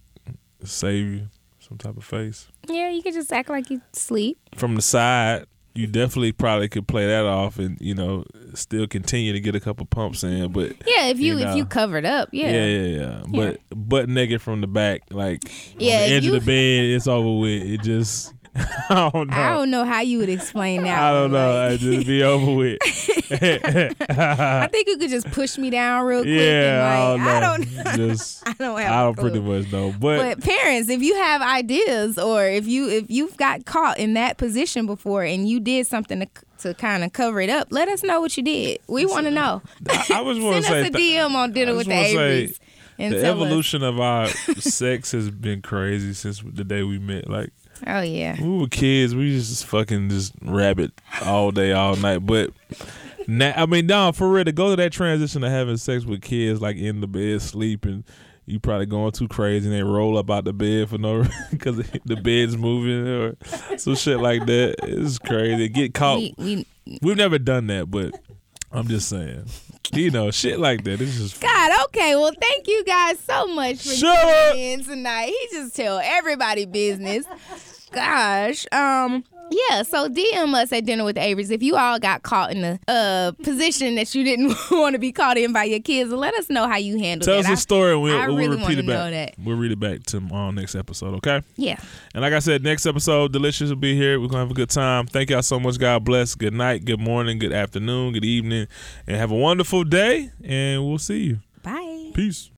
[SPEAKER 2] save you some type of face
[SPEAKER 3] yeah, you can just act like you sleep.
[SPEAKER 2] from the side. You definitely probably could play that off and you know still continue to get a couple pumps in, but.
[SPEAKER 3] Yeah, if you,
[SPEAKER 2] You
[SPEAKER 3] if you
[SPEAKER 2] know.
[SPEAKER 3] covered up, yeah.
[SPEAKER 2] Yeah, yeah, yeah. But butt naked from the back, like
[SPEAKER 3] Yeah,
[SPEAKER 2] on the edge
[SPEAKER 3] you-
[SPEAKER 2] of the bed, it's over with. It just, I don't know.
[SPEAKER 3] I don't know how you would explain that.
[SPEAKER 2] I don't
[SPEAKER 3] one,
[SPEAKER 2] know.
[SPEAKER 3] like-
[SPEAKER 2] I just be over with.
[SPEAKER 3] I think you could just push me down real quick.
[SPEAKER 2] yeah,
[SPEAKER 3] and like, I don't.
[SPEAKER 2] know. Just
[SPEAKER 3] I don't have.
[SPEAKER 2] I don't
[SPEAKER 3] a clue.
[SPEAKER 2] pretty much know, but,
[SPEAKER 3] But parents, if you have ideas or if you if you've got caught in that position before and you did something to to kind of cover it up, let us know what you did. We want to know.
[SPEAKER 2] I, I just want
[SPEAKER 3] Send
[SPEAKER 2] to
[SPEAKER 3] us
[SPEAKER 2] say
[SPEAKER 3] a
[SPEAKER 2] th-
[SPEAKER 3] DM on dinner
[SPEAKER 2] I
[SPEAKER 3] with
[SPEAKER 2] just
[SPEAKER 3] the
[SPEAKER 2] wanna say
[SPEAKER 3] Averys. And
[SPEAKER 2] the
[SPEAKER 3] tell us.
[SPEAKER 2] evolution of our sex has been crazy since the day we met. Like
[SPEAKER 3] Oh yeah.
[SPEAKER 2] when we were kids, we just fucking just rabbit all day, all night. But now, I mean, no, for real, to go to that transition of having sex with kids, like in the bed sleeping, you probably going too crazy and they roll up out the bed for no because the bed's moving or some shit like that. It's crazy. Get caught.
[SPEAKER 3] We, we,
[SPEAKER 2] We've never done that, but I'm just saying, you know, shit like that. It's just.
[SPEAKER 3] God, okay. Well, thank you guys so much for
[SPEAKER 2] Shut up.
[SPEAKER 3] tuning in tonight. He just tell everybody business. Gosh. Um, Yeah, so DM us at Dinner with the Averys if you all got caught in a uh, position that you didn't want to be caught in by your kids. and Let us know how you handled
[SPEAKER 2] Tell
[SPEAKER 3] it.
[SPEAKER 2] us a
[SPEAKER 3] I-
[SPEAKER 2] story and we'll,
[SPEAKER 3] I
[SPEAKER 2] we'll
[SPEAKER 3] really
[SPEAKER 2] repeat
[SPEAKER 3] wanna
[SPEAKER 2] it
[SPEAKER 3] know that.
[SPEAKER 2] back. We'll read it back to uh, next episode, okay?
[SPEAKER 3] Yeah.
[SPEAKER 2] And like I said, next episode, Delicious will be here. We're gonna have a good time. Thank y'all so much. God bless. Good night, good morning, good afternoon, good evening, and have a wonderful day. And we'll see you.
[SPEAKER 3] Bye.
[SPEAKER 2] Peace.